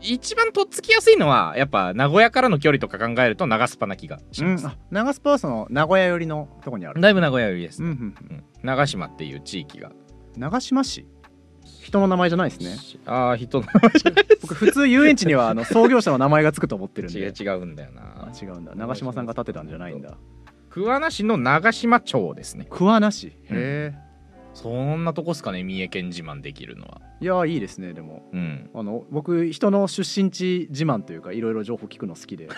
[SPEAKER 2] 一番とっつきやすいのはやっぱ名古屋からの距離とか考えると長スパな気が し
[SPEAKER 1] うん
[SPEAKER 2] ます、
[SPEAKER 1] あ長スパはその名古屋寄りのとこにある
[SPEAKER 2] だいぶ名古屋よりです、
[SPEAKER 1] うんうん
[SPEAKER 2] うん長島っていう地域が
[SPEAKER 1] 長島市人の名前じゃないですね
[SPEAKER 2] ああ人の
[SPEAKER 1] 僕普通遊園地にはあ の創業者の名前がつくと思ってるん
[SPEAKER 2] 違
[SPEAKER 1] で
[SPEAKER 2] う違うんだよな
[SPEAKER 1] あ違うんだ長島さんが建てたんじゃないんだ
[SPEAKER 2] 桑名市の長島町ですね
[SPEAKER 1] 桑名市
[SPEAKER 2] うん
[SPEAKER 1] へえ
[SPEAKER 2] そんなとこっすかね三重県自慢できるのはい
[SPEAKER 1] やいいですねでも
[SPEAKER 2] うん
[SPEAKER 1] あの僕人の出身地自慢というかいろいろ情報聞くの好 きで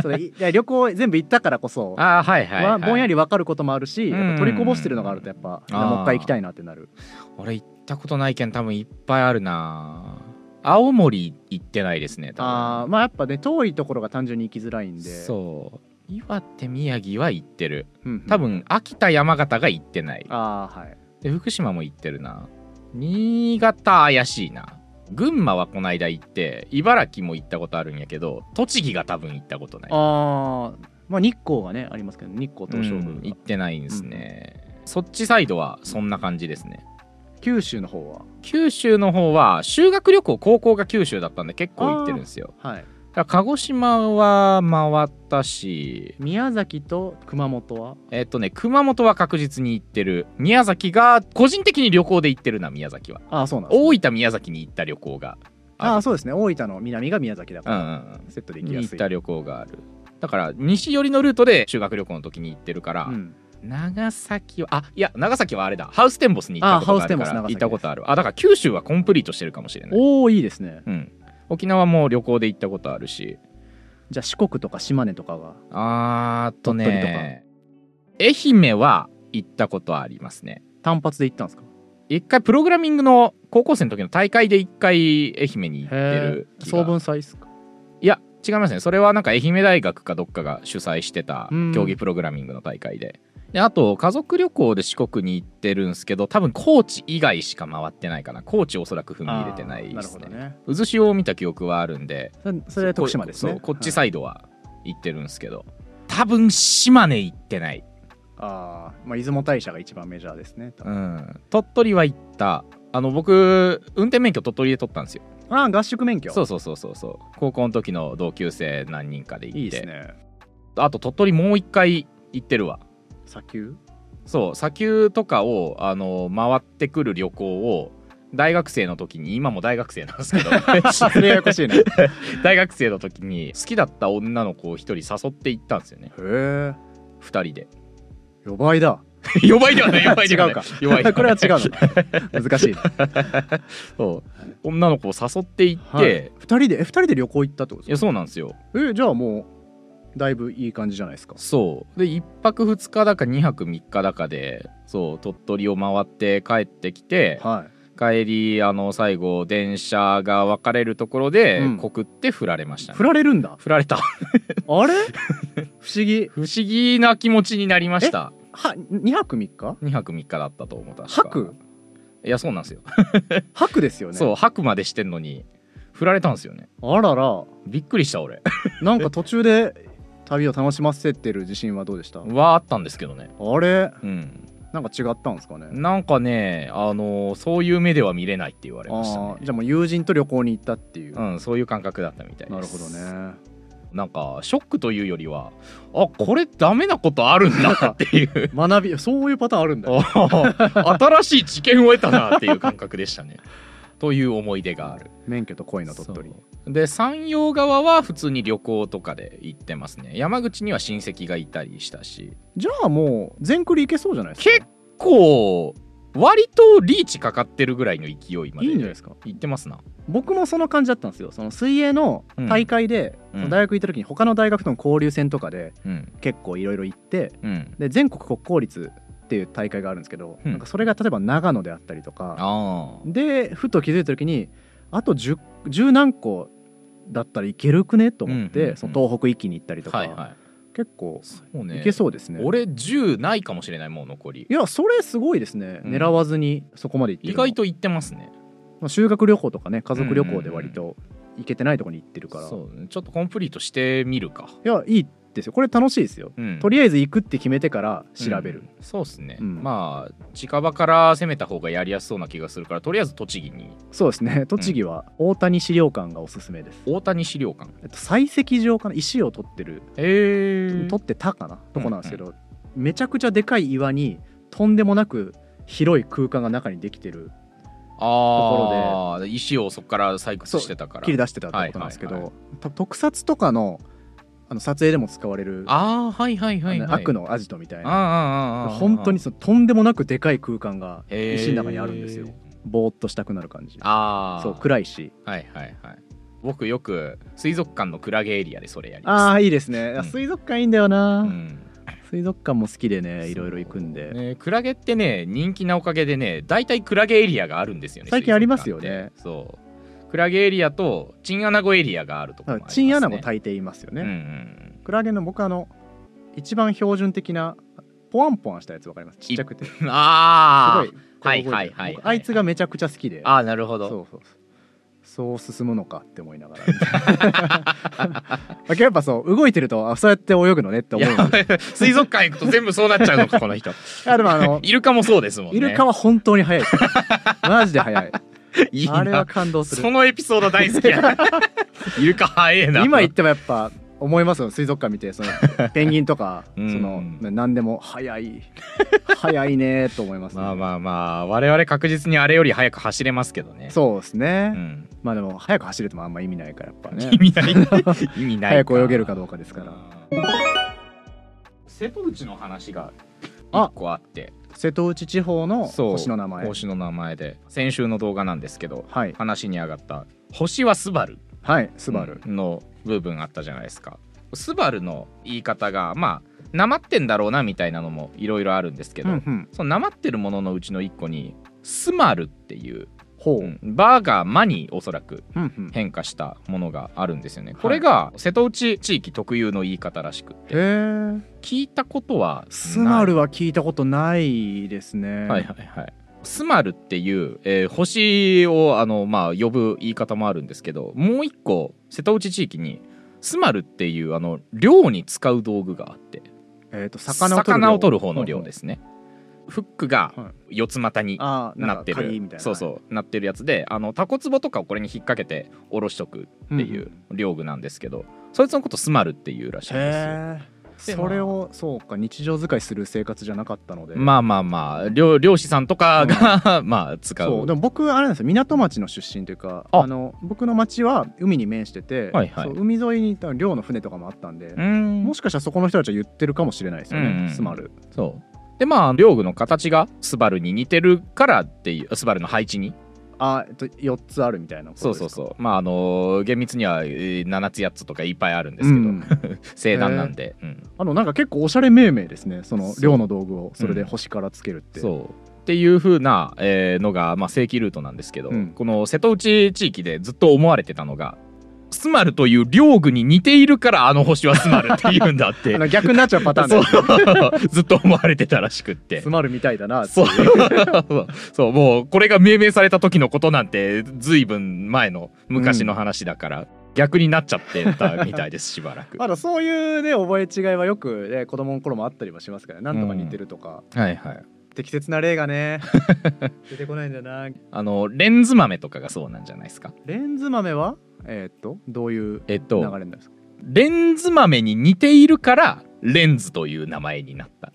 [SPEAKER 1] それいいや旅行全部行ったからこそ、
[SPEAKER 2] ああはいはい、は
[SPEAKER 1] わ
[SPEAKER 2] い、
[SPEAKER 1] ぼんやり分かることもあるし
[SPEAKER 2] うん
[SPEAKER 1] やっぱ取りこぼしてるのがあるとやっぱ
[SPEAKER 2] あー
[SPEAKER 1] もう一回行きたいなってなる
[SPEAKER 2] 俺行ったことない県多分いっぱいあるな青森行ってないですね多分
[SPEAKER 1] あーまあやっぱね遠いところが単純に行きづらいんで
[SPEAKER 2] そう岩手宮城は行ってる
[SPEAKER 1] うんうん
[SPEAKER 2] 多分秋田山形が行ってない
[SPEAKER 1] ああはい
[SPEAKER 2] で福島も行ってるな新潟怪しいな群馬はこないだ行って茨城も行ったことあるんやけど栃木が多分行ったことない
[SPEAKER 1] あーまあ日光がねありますけど日光東照
[SPEAKER 2] うん
[SPEAKER 1] 宮
[SPEAKER 2] 行っ
[SPEAKER 1] が
[SPEAKER 2] てないんですね、そっちサイドはそんな感じですね
[SPEAKER 1] 九州の方は
[SPEAKER 2] 九州の方は修学旅行高校が九州だったんで結構行ってるんですよ
[SPEAKER 1] はい
[SPEAKER 2] だから鹿児島は回ったし
[SPEAKER 1] 宮崎と熊本は
[SPEAKER 2] えっとね熊本は確実に行ってる宮崎が個人的に旅行で行ってるな宮崎は
[SPEAKER 1] ああそうなんですね、
[SPEAKER 2] 大分宮崎に行った旅行が
[SPEAKER 1] ああそうですね大分の南が宮崎だ
[SPEAKER 2] うんう
[SPEAKER 1] か
[SPEAKER 2] んうん
[SPEAKER 1] らセットで行き
[SPEAKER 2] に
[SPEAKER 1] や
[SPEAKER 2] 行
[SPEAKER 1] すい
[SPEAKER 2] った旅行があるだから西寄りのルートで修学旅行の時に行ってるから、
[SPEAKER 1] うん
[SPEAKER 2] 長崎はあいや長崎はあれだハウステンボスに行ったこ
[SPEAKER 1] あハ
[SPEAKER 2] とがあるから
[SPEAKER 1] ウステンボス長崎です
[SPEAKER 2] 行ったことあるあだから九州はコンプリートしてるかもしれない、
[SPEAKER 1] おおいいですね
[SPEAKER 2] うん、沖縄も旅行で行ったことあるし
[SPEAKER 1] じゃあ四国とか島根とかが
[SPEAKER 2] あーっと
[SPEAKER 1] 鳥取
[SPEAKER 2] ね愛媛は行ったことありますね
[SPEAKER 1] 単発で行ったんですか
[SPEAKER 2] 一回プログラミングの高校生の時の大会で一回愛媛に行ってる気が
[SPEAKER 1] 総文祭っすか
[SPEAKER 2] いや違いますねそれはなんか愛媛大学かどっかが主催してた
[SPEAKER 1] うん
[SPEAKER 2] 競技プログラミングの大会でであと家族旅行で四国に行ってるんですけど多分高知以外しか回ってないかな高知おそらく踏み入れてな
[SPEAKER 1] あ
[SPEAKER 2] い
[SPEAKER 1] ーな
[SPEAKER 2] で
[SPEAKER 1] る
[SPEAKER 2] す
[SPEAKER 1] ほ
[SPEAKER 2] ね
[SPEAKER 1] どね
[SPEAKER 2] 渦潮を見た記憶はあるんで
[SPEAKER 1] それそれは徳島ですね
[SPEAKER 2] そうこっち
[SPEAKER 1] はい
[SPEAKER 2] サイドは行ってるんですけど、多分島根行ってない、
[SPEAKER 1] ああまあ出雲大社が一番メジャーですね多
[SPEAKER 2] う
[SPEAKER 1] 分
[SPEAKER 2] ん、鳥取は行ったあの僕運転免許鳥取で取ったんですよ
[SPEAKER 1] ああ合宿免許
[SPEAKER 2] そうそうそうそうそう高校の時の同級生何人かで行って
[SPEAKER 1] いいですね
[SPEAKER 2] あと鳥取もう一回行ってるわ
[SPEAKER 1] 砂 丘
[SPEAKER 2] そう砂丘とかをあの回ってくる旅行を大学生の時に今も大学生なんですけど
[SPEAKER 1] それややこしいなへ
[SPEAKER 2] 大学生の時に好きだった女の子を一人誘って行ったんですよね
[SPEAKER 1] え
[SPEAKER 2] 二人で
[SPEAKER 1] 予売だ
[SPEAKER 2] 弱いではない弱い で
[SPEAKER 1] 違
[SPEAKER 2] はな
[SPEAKER 1] う
[SPEAKER 2] い
[SPEAKER 1] か
[SPEAKER 2] 弱いではない
[SPEAKER 1] これは違うの難しいな
[SPEAKER 2] そう女の子を誘って行って、
[SPEAKER 1] はいい、二人でえ二人で旅行行ったってことで
[SPEAKER 2] や
[SPEAKER 1] す
[SPEAKER 2] そうなんですよ
[SPEAKER 1] かえじゃあもうだいぶいい感じじゃないですか
[SPEAKER 2] そうで1泊2日だか2泊3日だかでそう鳥取を回って帰ってきて
[SPEAKER 1] は
[SPEAKER 2] 帰りあの最後電車が分かれるところで、
[SPEAKER 1] うん
[SPEAKER 2] 告って振られまし
[SPEAKER 1] い
[SPEAKER 2] たね
[SPEAKER 1] 振られるんだ
[SPEAKER 2] 振られ た
[SPEAKER 1] あれ不思議
[SPEAKER 2] 不思議な気持ちになりました
[SPEAKER 1] は2泊3日
[SPEAKER 2] 2泊3日だったと思う確か
[SPEAKER 1] 泊
[SPEAKER 2] いやそうなんですよ、
[SPEAKER 1] 泊ですよね
[SPEAKER 2] そう泊までしてんのに振られたんですよね
[SPEAKER 1] あらら
[SPEAKER 2] びっくりした俺
[SPEAKER 1] なんか途中で旅を楽しませてる自信はどうでした
[SPEAKER 2] はあったんですけどね
[SPEAKER 1] あれ
[SPEAKER 2] うん
[SPEAKER 1] なんか違ったんですかね
[SPEAKER 2] なんかねあのそういう目では見れないって言われ
[SPEAKER 1] あ
[SPEAKER 2] ました
[SPEAKER 1] あ
[SPEAKER 2] ね
[SPEAKER 1] ーじゃあもう友人と旅行に行ったっていう、
[SPEAKER 2] うん、そういう感覚だったみたい
[SPEAKER 1] な
[SPEAKER 2] で
[SPEAKER 1] る
[SPEAKER 2] す
[SPEAKER 1] ほどね
[SPEAKER 2] なんかショックというよりはあこれダメなことあるんだっていう
[SPEAKER 1] 学びそういうパターンあるんだよ
[SPEAKER 2] おー 新しい知見を得たなっていう感覚でし たね。という思い出がある。
[SPEAKER 1] 免許と恋の鳥取
[SPEAKER 2] そうで山陽側は普通に旅行とかで行ってますね山口には親戚がいたりしたし
[SPEAKER 1] じゃあもう全クリ行けそうじゃないですか
[SPEAKER 2] 結こう割とリーチかかってるぐらいの勢いまで
[SPEAKER 1] いいんじゃないですか
[SPEAKER 2] 行ってますな
[SPEAKER 1] 僕もその感じだったんですよその水泳の大会で、
[SPEAKER 2] うん
[SPEAKER 1] その大学行った時に他の大学との交流戦とかで
[SPEAKER 2] うん
[SPEAKER 1] 結構いろいろ行って
[SPEAKER 2] うん
[SPEAKER 1] で全国国公立っていう大会があるんですけど、
[SPEAKER 2] うん
[SPEAKER 1] なんかそれが例えば長野であったりとか
[SPEAKER 2] ああ
[SPEAKER 1] でふと気づいた時にあと 10, 10何個だったらいけるくねと思って、
[SPEAKER 2] うんうんうん
[SPEAKER 1] その東北一気に行ったりとか、
[SPEAKER 2] はいはい
[SPEAKER 1] 結構
[SPEAKER 2] そうね
[SPEAKER 1] いけそうですね
[SPEAKER 2] 俺10ないかもしれないもう残り
[SPEAKER 1] いやそれすごいですね、
[SPEAKER 2] うん
[SPEAKER 1] 狙わずにそこまで行って
[SPEAKER 2] 意
[SPEAKER 1] るの
[SPEAKER 2] 外と行ってますね
[SPEAKER 1] まあ修学旅行とかね家族旅行で割と行けてないとこに行ってるから、
[SPEAKER 2] そうねちょっとコンプリートしてみるか、
[SPEAKER 1] いやいいですよこれ楽しいですよ
[SPEAKER 2] うん、
[SPEAKER 1] とりあえず行くって決めてから調べる、
[SPEAKER 2] うんそうですね、
[SPEAKER 1] うん
[SPEAKER 2] まあ近場から攻めた方がやりやすそうな気がするからとりあえず栃木に
[SPEAKER 1] そうですね栃木は大谷資料館がおすすめです、
[SPEAKER 2] 大谷資料館
[SPEAKER 1] えっと、採石場かな石を取ってる
[SPEAKER 2] へ
[SPEAKER 1] 取ってたかなとこなんですけど、めちゃくちゃでかい岩にとんでもなく広い空間が中にできてる
[SPEAKER 2] ああ石をそこから採掘してたから
[SPEAKER 1] 切り出してたってことなんですけど、
[SPEAKER 2] はいはい
[SPEAKER 1] 多分特撮とかのあの撮影でも使われる
[SPEAKER 2] ああはいはいはい、
[SPEAKER 1] あ
[SPEAKER 2] は
[SPEAKER 1] の
[SPEAKER 2] い、
[SPEAKER 1] 悪のアジトみたい
[SPEAKER 2] あ
[SPEAKER 1] な
[SPEAKER 2] あああああ
[SPEAKER 1] 本当にそのとんでもなくでかい空間が
[SPEAKER 2] へー
[SPEAKER 1] 石の中にあるんですよぼーっとしたくなる感じ
[SPEAKER 2] ああ
[SPEAKER 1] そう暗いし
[SPEAKER 2] はいはいはい僕よく水族館のクラゲエリアでそれやり
[SPEAKER 1] あ
[SPEAKER 2] ます
[SPEAKER 1] あいいですね、いや
[SPEAKER 2] うん
[SPEAKER 1] 水族館いいんだよな、
[SPEAKER 2] うん
[SPEAKER 1] 水族館も好きでねいろいろ行くんで、
[SPEAKER 2] ね、クラゲってね人気なおかげでね大体クラゲエリアがあるんですよね
[SPEAKER 1] 最近ありますよね
[SPEAKER 2] 水族館ってそうクラゲエリアとチンアナゴエリアがあるとこ
[SPEAKER 1] だ
[SPEAKER 2] も
[SPEAKER 1] から
[SPEAKER 2] あります、ね、
[SPEAKER 1] チンアナも大抵いますよね、
[SPEAKER 2] うんうん
[SPEAKER 1] クラゲの僕あの一番標準的なポワンポワンしたやつわかりますちっちゃくてす
[SPEAKER 2] うん、あ
[SPEAKER 1] ご
[SPEAKER 2] あ
[SPEAKER 1] いこう動てる
[SPEAKER 2] はいはいはいはい
[SPEAKER 1] 僕あいつがめちゃくちゃ好きで
[SPEAKER 2] ああなるほ
[SPEAKER 1] そう
[SPEAKER 2] ど
[SPEAKER 1] そうそうそう進むのかって思いなが らやっぱそう動いてるとあそうやって泳ぐのねって
[SPEAKER 2] い
[SPEAKER 1] 思う
[SPEAKER 2] や
[SPEAKER 1] んです
[SPEAKER 2] 水族館行くと全部そうなっちゃうのかこの人
[SPEAKER 1] あでもあの
[SPEAKER 2] イルカもそうですもんね
[SPEAKER 1] イルカは本当に速い ですマジで速い
[SPEAKER 2] いい
[SPEAKER 1] あれは
[SPEAKER 2] な
[SPEAKER 1] 感動す
[SPEAKER 2] そ
[SPEAKER 1] る
[SPEAKER 2] のエピソード大好 きやイルカ早えな
[SPEAKER 1] 今行ってもやっぱ思いますよ水族館見てそ のペンギンとかそ
[SPEAKER 2] うん
[SPEAKER 1] のな何でも速い速いねと思いますね
[SPEAKER 2] まあまあまあ我々確実にあれより早く走れますけどね
[SPEAKER 1] そうですね、
[SPEAKER 2] うん、
[SPEAKER 1] まあでも早く走れてもあんま意味ないからやっぱね
[SPEAKER 2] 意味 ない意味ない
[SPEAKER 1] 早く泳げるかどうかですから
[SPEAKER 2] ら瀬戸内の話が
[SPEAKER 1] あ
[SPEAKER 2] 一個あって
[SPEAKER 1] 瀬戸内地方の
[SPEAKER 2] そう
[SPEAKER 1] 星の名前
[SPEAKER 2] 星の名前で先週の動画なんですけど
[SPEAKER 1] はい
[SPEAKER 2] 話に上がった「星はスバル
[SPEAKER 1] はいスバル、
[SPEAKER 2] の部分あったじゃないですか。スバルの言い方がまあなまってんだろうなみたいなのもいろいろあるんですけ
[SPEAKER 1] う
[SPEAKER 2] ど、
[SPEAKER 1] んうん
[SPEAKER 2] そのなまってるもののうちの一個に「スマル」っていう、
[SPEAKER 1] ほう、
[SPEAKER 2] うんバーが「マ」におそらく
[SPEAKER 1] うんうんへ
[SPEAKER 2] 変化したものがあるんですよね。これが瀬戸内地域特有の言い方らしくって
[SPEAKER 1] え
[SPEAKER 2] 聞いたことはない
[SPEAKER 1] スマルは聞いたことないですね
[SPEAKER 2] はいはいはい。スマルっていう、えー星をあの、まあ、呼ぶ言い方もあるんですけどもう一個瀬戸内地域にスマルっていうあの漁に使う道具があって
[SPEAKER 1] えっ、と魚を取る、
[SPEAKER 2] 魚を取る方の漁ですすね。フックが
[SPEAKER 1] は
[SPEAKER 2] 四つ股に
[SPEAKER 1] い、ああ
[SPEAKER 2] なってる
[SPEAKER 1] みたいな
[SPEAKER 2] そうそうなってるやつであのタコ壺とかをこれに引っ掛けて下ろしとくってい
[SPEAKER 1] ん
[SPEAKER 2] う漁具なんですけど、そいつのことスマルっていうらしいんですよ。
[SPEAKER 1] へえ
[SPEAKER 2] で
[SPEAKER 1] それをそうか日常使いする生活じゃなかったので
[SPEAKER 2] まあまあまあ漁漁師さんとかが、 まあ使う
[SPEAKER 1] そうでも僕あれなんですよ港町の出身というか
[SPEAKER 2] あ
[SPEAKER 1] あの僕の町は海に面してて、
[SPEAKER 2] はいはい
[SPEAKER 1] そう海沿いに多分漁の船とかもあったんで
[SPEAKER 2] う、ん
[SPEAKER 1] もしかしたらそこの人たちは言ってるかもしれないですよね、
[SPEAKER 2] うんうん
[SPEAKER 1] スマル
[SPEAKER 2] そうでまあ漁具の形がスバルに似てるからっていうスバルの配置に
[SPEAKER 1] あ、えっと、4つあるみたいな
[SPEAKER 2] そうそう
[SPEAKER 1] う
[SPEAKER 2] そうまああのー厳密には7つ8つとかいっぱいあるんですけど、
[SPEAKER 1] ん
[SPEAKER 2] 正談なんで、うん
[SPEAKER 1] あのなんか結構おしゃれ命名ですねその
[SPEAKER 2] そう
[SPEAKER 1] 漁の道具をそれで
[SPEAKER 2] うん
[SPEAKER 1] 星からつけるって、
[SPEAKER 2] そうっていう風な、えーのが、まあ、正規ルートなんですけど、
[SPEAKER 1] うん
[SPEAKER 2] この瀬戸内地域でずっと思われてたのがスマルという漁具に似ているからあの星はスマルって言うんだっ て
[SPEAKER 1] あの逆になっちゃうパターン
[SPEAKER 2] そ
[SPEAKER 1] で
[SPEAKER 2] うずっと思われてたらしくって
[SPEAKER 1] スマルみたいだなって
[SPEAKER 2] そうそう もうこれが命名された時のことなんて随分前の昔の話だから、逆になっちゃってたみた いですしばらく。
[SPEAKER 1] まだそういうね覚え違いはよく、ね、子供の頃もあったりはしますからねなんとか似てるとか、
[SPEAKER 2] はいはい、
[SPEAKER 1] 適切な例が ね出てこないんだよな
[SPEAKER 2] あのレンズ豆とかがそうなんじゃないですか。
[SPEAKER 1] レンズ豆はえーっとどういう
[SPEAKER 2] え
[SPEAKER 1] 流
[SPEAKER 2] っ
[SPEAKER 1] れ
[SPEAKER 2] と
[SPEAKER 1] なんですか
[SPEAKER 2] レンズ豆に似ているからレンズという名前になった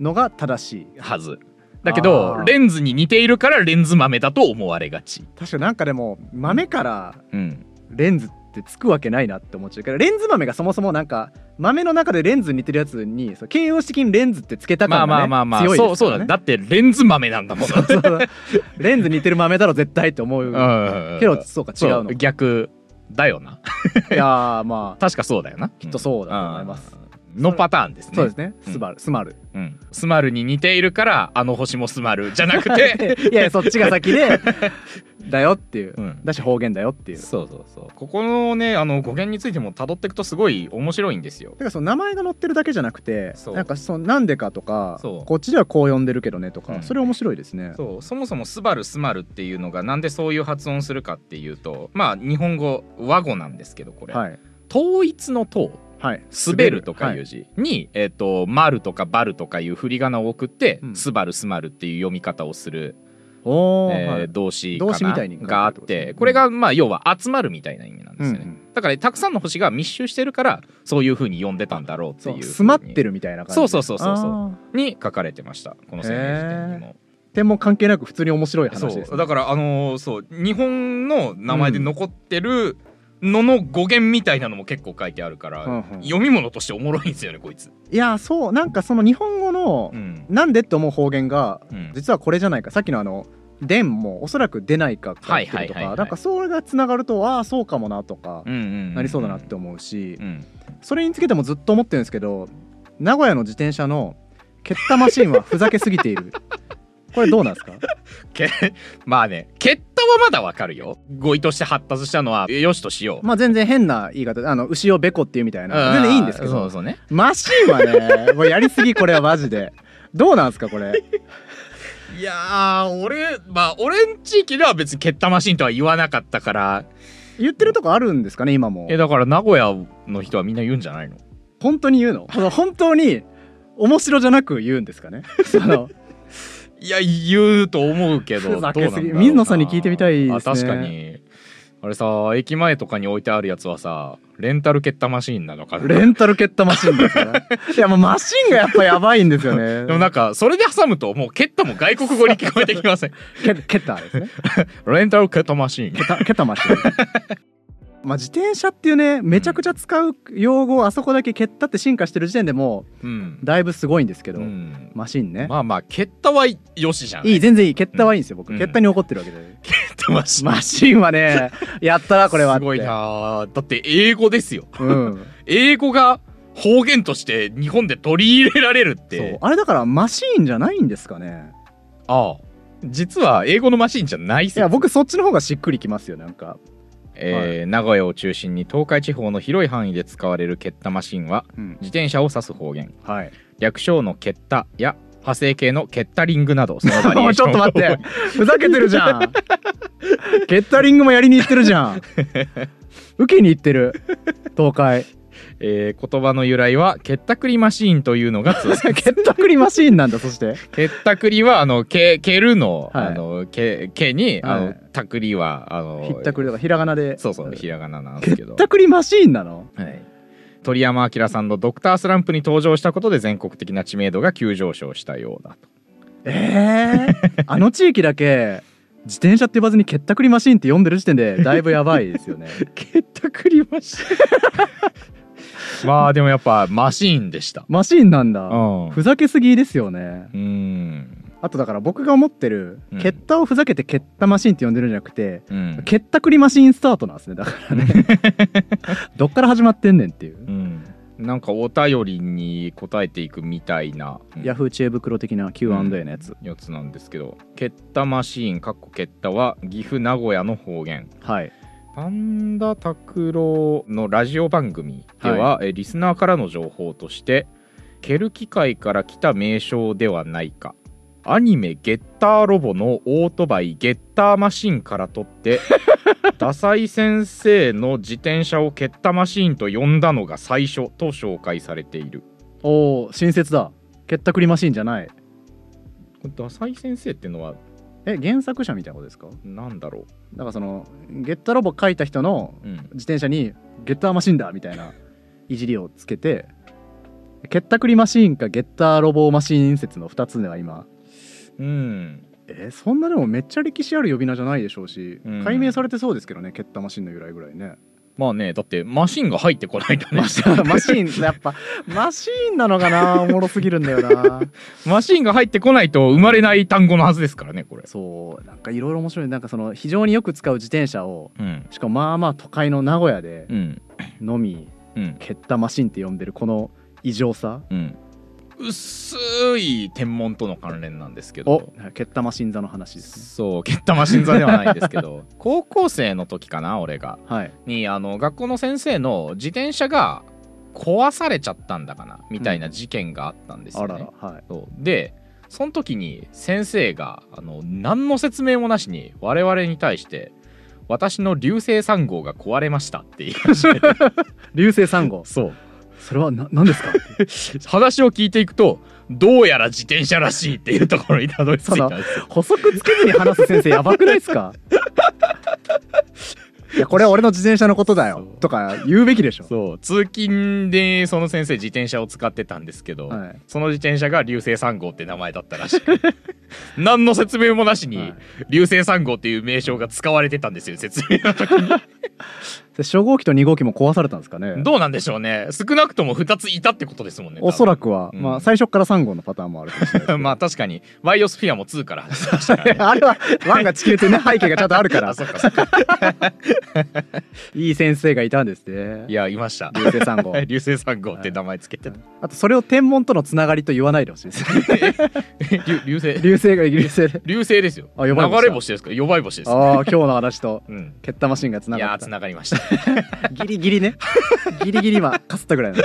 [SPEAKER 1] のが正しい
[SPEAKER 2] はず。だけど
[SPEAKER 1] あー
[SPEAKER 2] レンズに似ているからレンズ豆だと思われがち。
[SPEAKER 1] 確かなんかでも豆から
[SPEAKER 2] うん、
[SPEAKER 1] レンズってつくわけないなって思っちゃうからレンズ豆がそもそもなんか豆の中でレンズに似てるやつにそう形容詞的にレンズってつけた
[SPEAKER 2] ま
[SPEAKER 1] 感
[SPEAKER 2] あ
[SPEAKER 1] が、ね、
[SPEAKER 2] まあまあまあ、
[SPEAKER 1] 強い
[SPEAKER 2] そう
[SPEAKER 1] です
[SPEAKER 2] そ
[SPEAKER 1] か
[SPEAKER 2] う
[SPEAKER 1] ら
[SPEAKER 2] だ
[SPEAKER 1] ね
[SPEAKER 2] だってレンズ豆なん だもん。
[SPEAKER 1] そうそうレンズに似てる豆だろ絶対って思うけどそうか違
[SPEAKER 2] そう
[SPEAKER 1] のい
[SPEAKER 2] 逆だよな。
[SPEAKER 1] やーまあ
[SPEAKER 2] 確かそうだよな。き
[SPEAKER 1] きっとそうだと思います。
[SPEAKER 2] のパターンですね。
[SPEAKER 1] そうですね
[SPEAKER 2] うん
[SPEAKER 1] スバルス マル
[SPEAKER 2] うんスマルに似ているから、あの星もスマルじゃな くて。
[SPEAKER 1] でいやいやそっちが先 でだよっていう
[SPEAKER 2] うん
[SPEAKER 1] だし方言だよっていうだ
[SPEAKER 2] そうそうそう。ここのね、あの語源についても辿っていくとすごい面白いんですよ。
[SPEAKER 1] からその名前が載ってるだけじゃなくて
[SPEAKER 2] そう
[SPEAKER 1] なんかそのなんでかとか
[SPEAKER 2] そう
[SPEAKER 1] こっちではこう呼んでるけどねとか、
[SPEAKER 2] うん
[SPEAKER 1] それ面白いですね
[SPEAKER 2] そうそもそも「スバルスマル」っていうのがなんでそういう発音するかっていうとまあ日本語和語なんですけどこれ、
[SPEAKER 1] はい
[SPEAKER 2] 統一の「統」
[SPEAKER 1] はい
[SPEAKER 2] 滑るとかい
[SPEAKER 1] は
[SPEAKER 2] う字に、えっ、と、丸とかバルとかいう振り仮名を送って、
[SPEAKER 1] うん
[SPEAKER 2] スバルスマルっていう読み方をする、
[SPEAKER 1] おお、
[SPEAKER 2] えー
[SPEAKER 1] はい
[SPEAKER 2] 動詞かな
[SPEAKER 1] 動詞みたいに書いて
[SPEAKER 2] があ
[SPEAKER 1] あ
[SPEAKER 2] っ
[SPEAKER 1] るってことです
[SPEAKER 2] て、
[SPEAKER 1] ね
[SPEAKER 2] これが、まあ、要は集まるみたいな意味なんですよね。
[SPEAKER 1] うん
[SPEAKER 2] だから、たくさんの星が密集してるから、そういう風に読んでたんだろうって
[SPEAKER 1] そ
[SPEAKER 2] いう
[SPEAKER 1] う詰まって
[SPEAKER 2] る
[SPEAKER 1] るみたいな感じ
[SPEAKER 2] そうそうそうそうそう
[SPEAKER 1] あ
[SPEAKER 2] に書かれてました。この千円辞典にも。
[SPEAKER 1] 点も関係なく普通に面白い話です、
[SPEAKER 2] そ
[SPEAKER 1] ね、
[SPEAKER 2] うだからあのーそう日本の名前で残ってるのの語源みたいなのも結構書いてあるから、
[SPEAKER 1] うんうん
[SPEAKER 2] 読み物としておもろいんですよねこいつ。
[SPEAKER 1] いやそうなんかその日本語の
[SPEAKER 2] うん
[SPEAKER 1] なんでって思う方言が
[SPEAKER 2] うん
[SPEAKER 1] 実はこれじゃないかさっきのあの「でん」もおそらく出ないかから来てると
[SPEAKER 2] はいはいはいは
[SPEAKER 1] か
[SPEAKER 2] い
[SPEAKER 1] なんかそれがつながるとああそうかもなとか
[SPEAKER 2] うんうんうん
[SPEAKER 1] なりそうだなって思うし
[SPEAKER 2] うん
[SPEAKER 1] それにつけてもずっと思ってるんですけど名古屋の自転車の蹴ったマシンはふざけすぎている これどうなんですか
[SPEAKER 2] けまあね結果はまだわかるよ語彙として発達したのはよしとしよう、
[SPEAKER 1] まあ全然変な言い方であの牛をべこっていうみたいな
[SPEAKER 2] う
[SPEAKER 1] 全然いいんですけ
[SPEAKER 2] そ
[SPEAKER 1] ど
[SPEAKER 2] うそうね
[SPEAKER 1] マシンはねもうやりすぎこれはマジでどうなんですかこれ
[SPEAKER 2] いやー俺まあ俺ん地域では別に蹴ったマシンとは言わなかったから
[SPEAKER 1] 言ってるとこあるんですかね今も
[SPEAKER 2] えだから名古屋の人はみんな言うんじゃないの
[SPEAKER 1] 本当に言うのその本当に面白じゃなく言うんです かねその
[SPEAKER 2] いや言うと思うけど
[SPEAKER 1] ふざけすぎ
[SPEAKER 2] どうなんだろうな
[SPEAKER 1] 水野さんに聞いてみたいですね
[SPEAKER 2] あ確かにあれさ駅前とかに置いてあるやつはさレンタル蹴ったマシンなのかな
[SPEAKER 1] レンタル蹴ったマシンですねいやもうマシンがやっぱやばいんですよ
[SPEAKER 2] でもな
[SPEAKER 1] ね
[SPEAKER 2] んかそれで挟むともう蹴ったも外国語に聞こえてきま せん
[SPEAKER 1] 蹴蹴ったですね
[SPEAKER 2] レンタル蹴ったマシン
[SPEAKER 1] 蹴った蹴ったマシンまあ自転車っていうねめちゃくちゃ使う用語をあそこだけ蹴ったって進化してる時点でも
[SPEAKER 2] うん
[SPEAKER 1] うだいぶすごいんですけど、
[SPEAKER 2] うん
[SPEAKER 1] マシンね、
[SPEAKER 2] まあまあ蹴ったはよしじゃん
[SPEAKER 1] いい全然いい蹴ったはいいんですよ、
[SPEAKER 2] うん
[SPEAKER 1] 僕蹴ったに怒ってるわけで、
[SPEAKER 2] 蹴ったマシン
[SPEAKER 1] マシンはねやったなこれはっ
[SPEAKER 2] す
[SPEAKER 1] て
[SPEAKER 2] ごいなーだって英語ですよ
[SPEAKER 1] うん
[SPEAKER 2] 英語が方言として日本で取り入れられるっ
[SPEAKER 1] そう
[SPEAKER 2] て
[SPEAKER 1] あれだからマシーンじゃないんですかね
[SPEAKER 2] ああ実は英語のマシンじゃないっす
[SPEAKER 1] いや僕そっちの方がしっくりきますよなんか、
[SPEAKER 2] えー名古屋を中心に東海地方の広い範囲で使われる蹴ったマシンは
[SPEAKER 1] うん、
[SPEAKER 2] 自転車を指す方言
[SPEAKER 1] はい
[SPEAKER 2] 略称の蹴ったや派生形の蹴ったリングなどそのバリエ
[SPEAKER 1] も
[SPEAKER 2] ー
[SPEAKER 1] う
[SPEAKER 2] シ
[SPEAKER 1] ち
[SPEAKER 2] ョン
[SPEAKER 1] ょっと待ってふざけてるじゃんケッタリングもやりに行ってるじゃん受けに行ってる東海
[SPEAKER 2] えー言葉の由来は蹴ったくりマシーンというのが通
[SPEAKER 1] ケッタクリマシーンなんだそして
[SPEAKER 2] 蹴ったくりはあの蹴蹴るの,、
[SPEAKER 1] はい
[SPEAKER 2] あの蹴蹴に、あ
[SPEAKER 1] は
[SPEAKER 2] の
[SPEAKER 1] い
[SPEAKER 2] たくりはあの
[SPEAKER 1] ひったくりとかひらがなで
[SPEAKER 2] そうそうひらがななんで
[SPEAKER 1] ケ
[SPEAKER 2] すけ
[SPEAKER 1] ッ
[SPEAKER 2] ど
[SPEAKER 1] タクリマシーンなの
[SPEAKER 2] はい、鳥山明さんの「ドクタースランプ」に登場したことで全国的な知名度が急上昇したようだと
[SPEAKER 1] えー、あの地域だけ自転車って呼ばずにケッタクリマシーンって呼んでる時点でだいぶやばいですよね
[SPEAKER 2] 蹴ったくりマシンまあでもやっぱマシーンでした
[SPEAKER 1] マシーンなんだ、
[SPEAKER 2] うん
[SPEAKER 1] ふざけすぎですよね
[SPEAKER 2] うん
[SPEAKER 1] あとだから僕が思ってる、
[SPEAKER 2] うん
[SPEAKER 1] 蹴ったをふざけて蹴ったマシーンって呼んでるんじゃなくて、
[SPEAKER 2] うん
[SPEAKER 1] 蹴ったくりマシーンスタートなんですねだからねどっから始まってんねんっていう、
[SPEAKER 2] うんなんかお便りに答えていくみたいな、うん
[SPEAKER 1] ヤフー知恵袋的な Q&A のやつ、
[SPEAKER 2] やつなんですけど「蹴ったマシーン」かっこ蹴ったは岐阜名古屋の方言
[SPEAKER 1] はい
[SPEAKER 2] パンダ拓郎のラジオ番組では、えリスナーからの情報としてケル機械から来た名称ではないかアニメ「ゲッターロボ」のオートバイ「ゲッターマシン」から取ってダサイ先生の自転車を蹴ったマシンと呼んだのが最初と紹介されている
[SPEAKER 1] おお新設だ蹴ったくりマシーンじゃない
[SPEAKER 2] これダサイ先生ってのは
[SPEAKER 1] え原作者みたいなことですか
[SPEAKER 2] 何だろ
[SPEAKER 1] だからそのゲッタロボ書いた人の
[SPEAKER 2] う、うん、
[SPEAKER 1] 自転車にゲッターマシンだみたいないじりをつけて蹴ったくりマシーンかゲッターロボマシーン説の2つでは今
[SPEAKER 2] うん、
[SPEAKER 1] えーそんなでもめっちゃ歴史ある呼び名じゃないでしょうし、
[SPEAKER 2] うん
[SPEAKER 1] 解明されてそうですけどね蹴ったマシンの由来ぐらいね
[SPEAKER 2] まあねだってマシンが入ってこないとね
[SPEAKER 1] マシーンやっぱマシーンなのかなおもろすぎるんだよな
[SPEAKER 2] マシンが入ってこないと生まれない単語のはずですからねこれ。
[SPEAKER 1] そうなんかいろいろ面白いなんかその非常によく使う自転車を
[SPEAKER 2] うん。
[SPEAKER 1] しかもまあまあ都会の名古屋で
[SPEAKER 2] うん。
[SPEAKER 1] のみ
[SPEAKER 2] うん。
[SPEAKER 1] 蹴ったマシンって呼んでるこの異常さ
[SPEAKER 2] うん。薄い天文との関連なんですけ
[SPEAKER 1] お
[SPEAKER 2] ど。
[SPEAKER 1] 蹴ったマシン座の話ですね
[SPEAKER 2] そう、蹴ったマシン座ではないですけど、高校生の時かな、俺が。
[SPEAKER 1] はい
[SPEAKER 2] に、あの、学校の先生の自転車が壊されちゃったんだかな、みたいな事件があったんですよ
[SPEAKER 1] あ
[SPEAKER 2] ね。
[SPEAKER 1] ららはい
[SPEAKER 2] そうで、その時に先生が、あの、何の説明もなしに、我々に対して、私の流星3号が壊れましたって言いまして、
[SPEAKER 1] 流星3号
[SPEAKER 2] そう。
[SPEAKER 1] それはな何です か
[SPEAKER 2] 話を聞いていくとどうやら自転車らしいっていうところにたどり着いたんですよ
[SPEAKER 1] 補足つけずに話す先生やばくないですかいやこれは俺の自転車のことだよ
[SPEAKER 2] そう
[SPEAKER 1] とか言うべきでしょ
[SPEAKER 2] そう通勤でその先生自転車を使ってたんですけど、
[SPEAKER 1] はい
[SPEAKER 2] その自転車が流星3号って名前だったらしく 何の説明もなしに、
[SPEAKER 1] はい
[SPEAKER 2] 流星3号っていう名称が使われてたんですよ説明の 時に
[SPEAKER 1] で初号機と2号機も壊されたんですかね
[SPEAKER 2] どうなんでしょうね少なくとも2ついたってことですもんね
[SPEAKER 1] おそら
[SPEAKER 2] く
[SPEAKER 1] くは、
[SPEAKER 2] うん
[SPEAKER 1] まあ最初から3号のパターンもあるかもしれな いですけど
[SPEAKER 2] まあ確かにバイオスフィアも2から始まりましたからね
[SPEAKER 1] あれはワンが地球ってね背景がちゃんとあるから
[SPEAKER 2] あ そっかそっか
[SPEAKER 1] いい先生がいたんですね
[SPEAKER 2] いやいました
[SPEAKER 1] 流星3号
[SPEAKER 2] 流星3号って名前つけてた、
[SPEAKER 1] あとそれを天文とのつながりと言わないでほしいです
[SPEAKER 2] 流 流星
[SPEAKER 1] 流星がイギリスで
[SPEAKER 2] 流星ですよ
[SPEAKER 1] あ
[SPEAKER 2] 流
[SPEAKER 1] 呼ばれ星だ
[SPEAKER 2] れ星ですか呼ばれ星です
[SPEAKER 1] ああ今日の話 と
[SPEAKER 2] うん
[SPEAKER 1] ケッタマシンがつないが
[SPEAKER 2] や
[SPEAKER 1] っ
[SPEAKER 2] ー
[SPEAKER 1] た
[SPEAKER 2] 繋がりました
[SPEAKER 1] ギリギリね ギリギリ今かすったぐらい の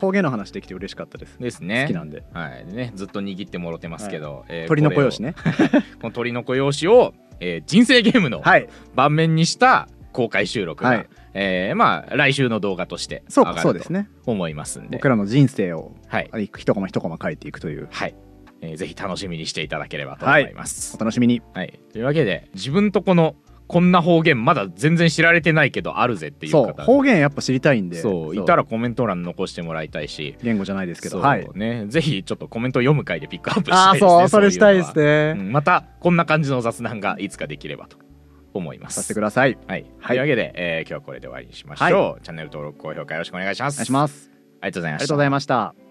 [SPEAKER 1] 方言の話できて嬉しかったです、
[SPEAKER 2] ですね
[SPEAKER 1] 好きなんで
[SPEAKER 2] はいでね、ずっと握ってもろてますけど、えー
[SPEAKER 1] 鳥の子用紙ね
[SPEAKER 2] これをこの鳥の子用紙を、えー人生ゲームの
[SPEAKER 1] はい
[SPEAKER 2] 盤面にした公開収録が、
[SPEAKER 1] はい
[SPEAKER 2] えーまあ来週の動画として
[SPEAKER 1] そ
[SPEAKER 2] 上
[SPEAKER 1] う
[SPEAKER 2] が
[SPEAKER 1] か
[SPEAKER 2] る
[SPEAKER 1] そうです
[SPEAKER 2] と
[SPEAKER 1] ね
[SPEAKER 2] 思いますんで
[SPEAKER 1] 僕らの人生を
[SPEAKER 2] はい、
[SPEAKER 1] あ一コマ一コマ書いていくという
[SPEAKER 2] はいえーぜひ楽しみにしていただければと思います
[SPEAKER 1] お、楽しみに
[SPEAKER 2] はいというわけで自分とこのこんな方言まだ全然知られてないけどあるぜっていう
[SPEAKER 1] そう
[SPEAKER 2] 方
[SPEAKER 1] 方言やっぱ知りたいんで
[SPEAKER 2] そういたらコメント欄残してもらいたいし
[SPEAKER 1] 言語じゃないですけ
[SPEAKER 2] そ
[SPEAKER 1] ど
[SPEAKER 2] う、
[SPEAKER 1] はい
[SPEAKER 2] ね、ぜひちょっとコメントを読む回でピックアップした
[SPEAKER 1] あ
[SPEAKER 2] い
[SPEAKER 1] あ
[SPEAKER 2] ですね
[SPEAKER 1] そうそれ
[SPEAKER 2] う
[SPEAKER 1] し
[SPEAKER 2] うの
[SPEAKER 1] た
[SPEAKER 2] はい
[SPEAKER 1] ですね
[SPEAKER 2] うんまたこんな感じの雑談がいつかできればと思いま
[SPEAKER 1] させ
[SPEAKER 2] す。
[SPEAKER 1] てくださいお
[SPEAKER 2] はい、
[SPEAKER 1] はい
[SPEAKER 2] というわけで、えー今日はこれで終わりにしましょう、チャンネル登録高評価よろしくお願いします。
[SPEAKER 1] 願いします
[SPEAKER 2] ありがとうござい
[SPEAKER 1] あ
[SPEAKER 2] ま
[SPEAKER 1] りがと
[SPEAKER 2] した
[SPEAKER 1] うございました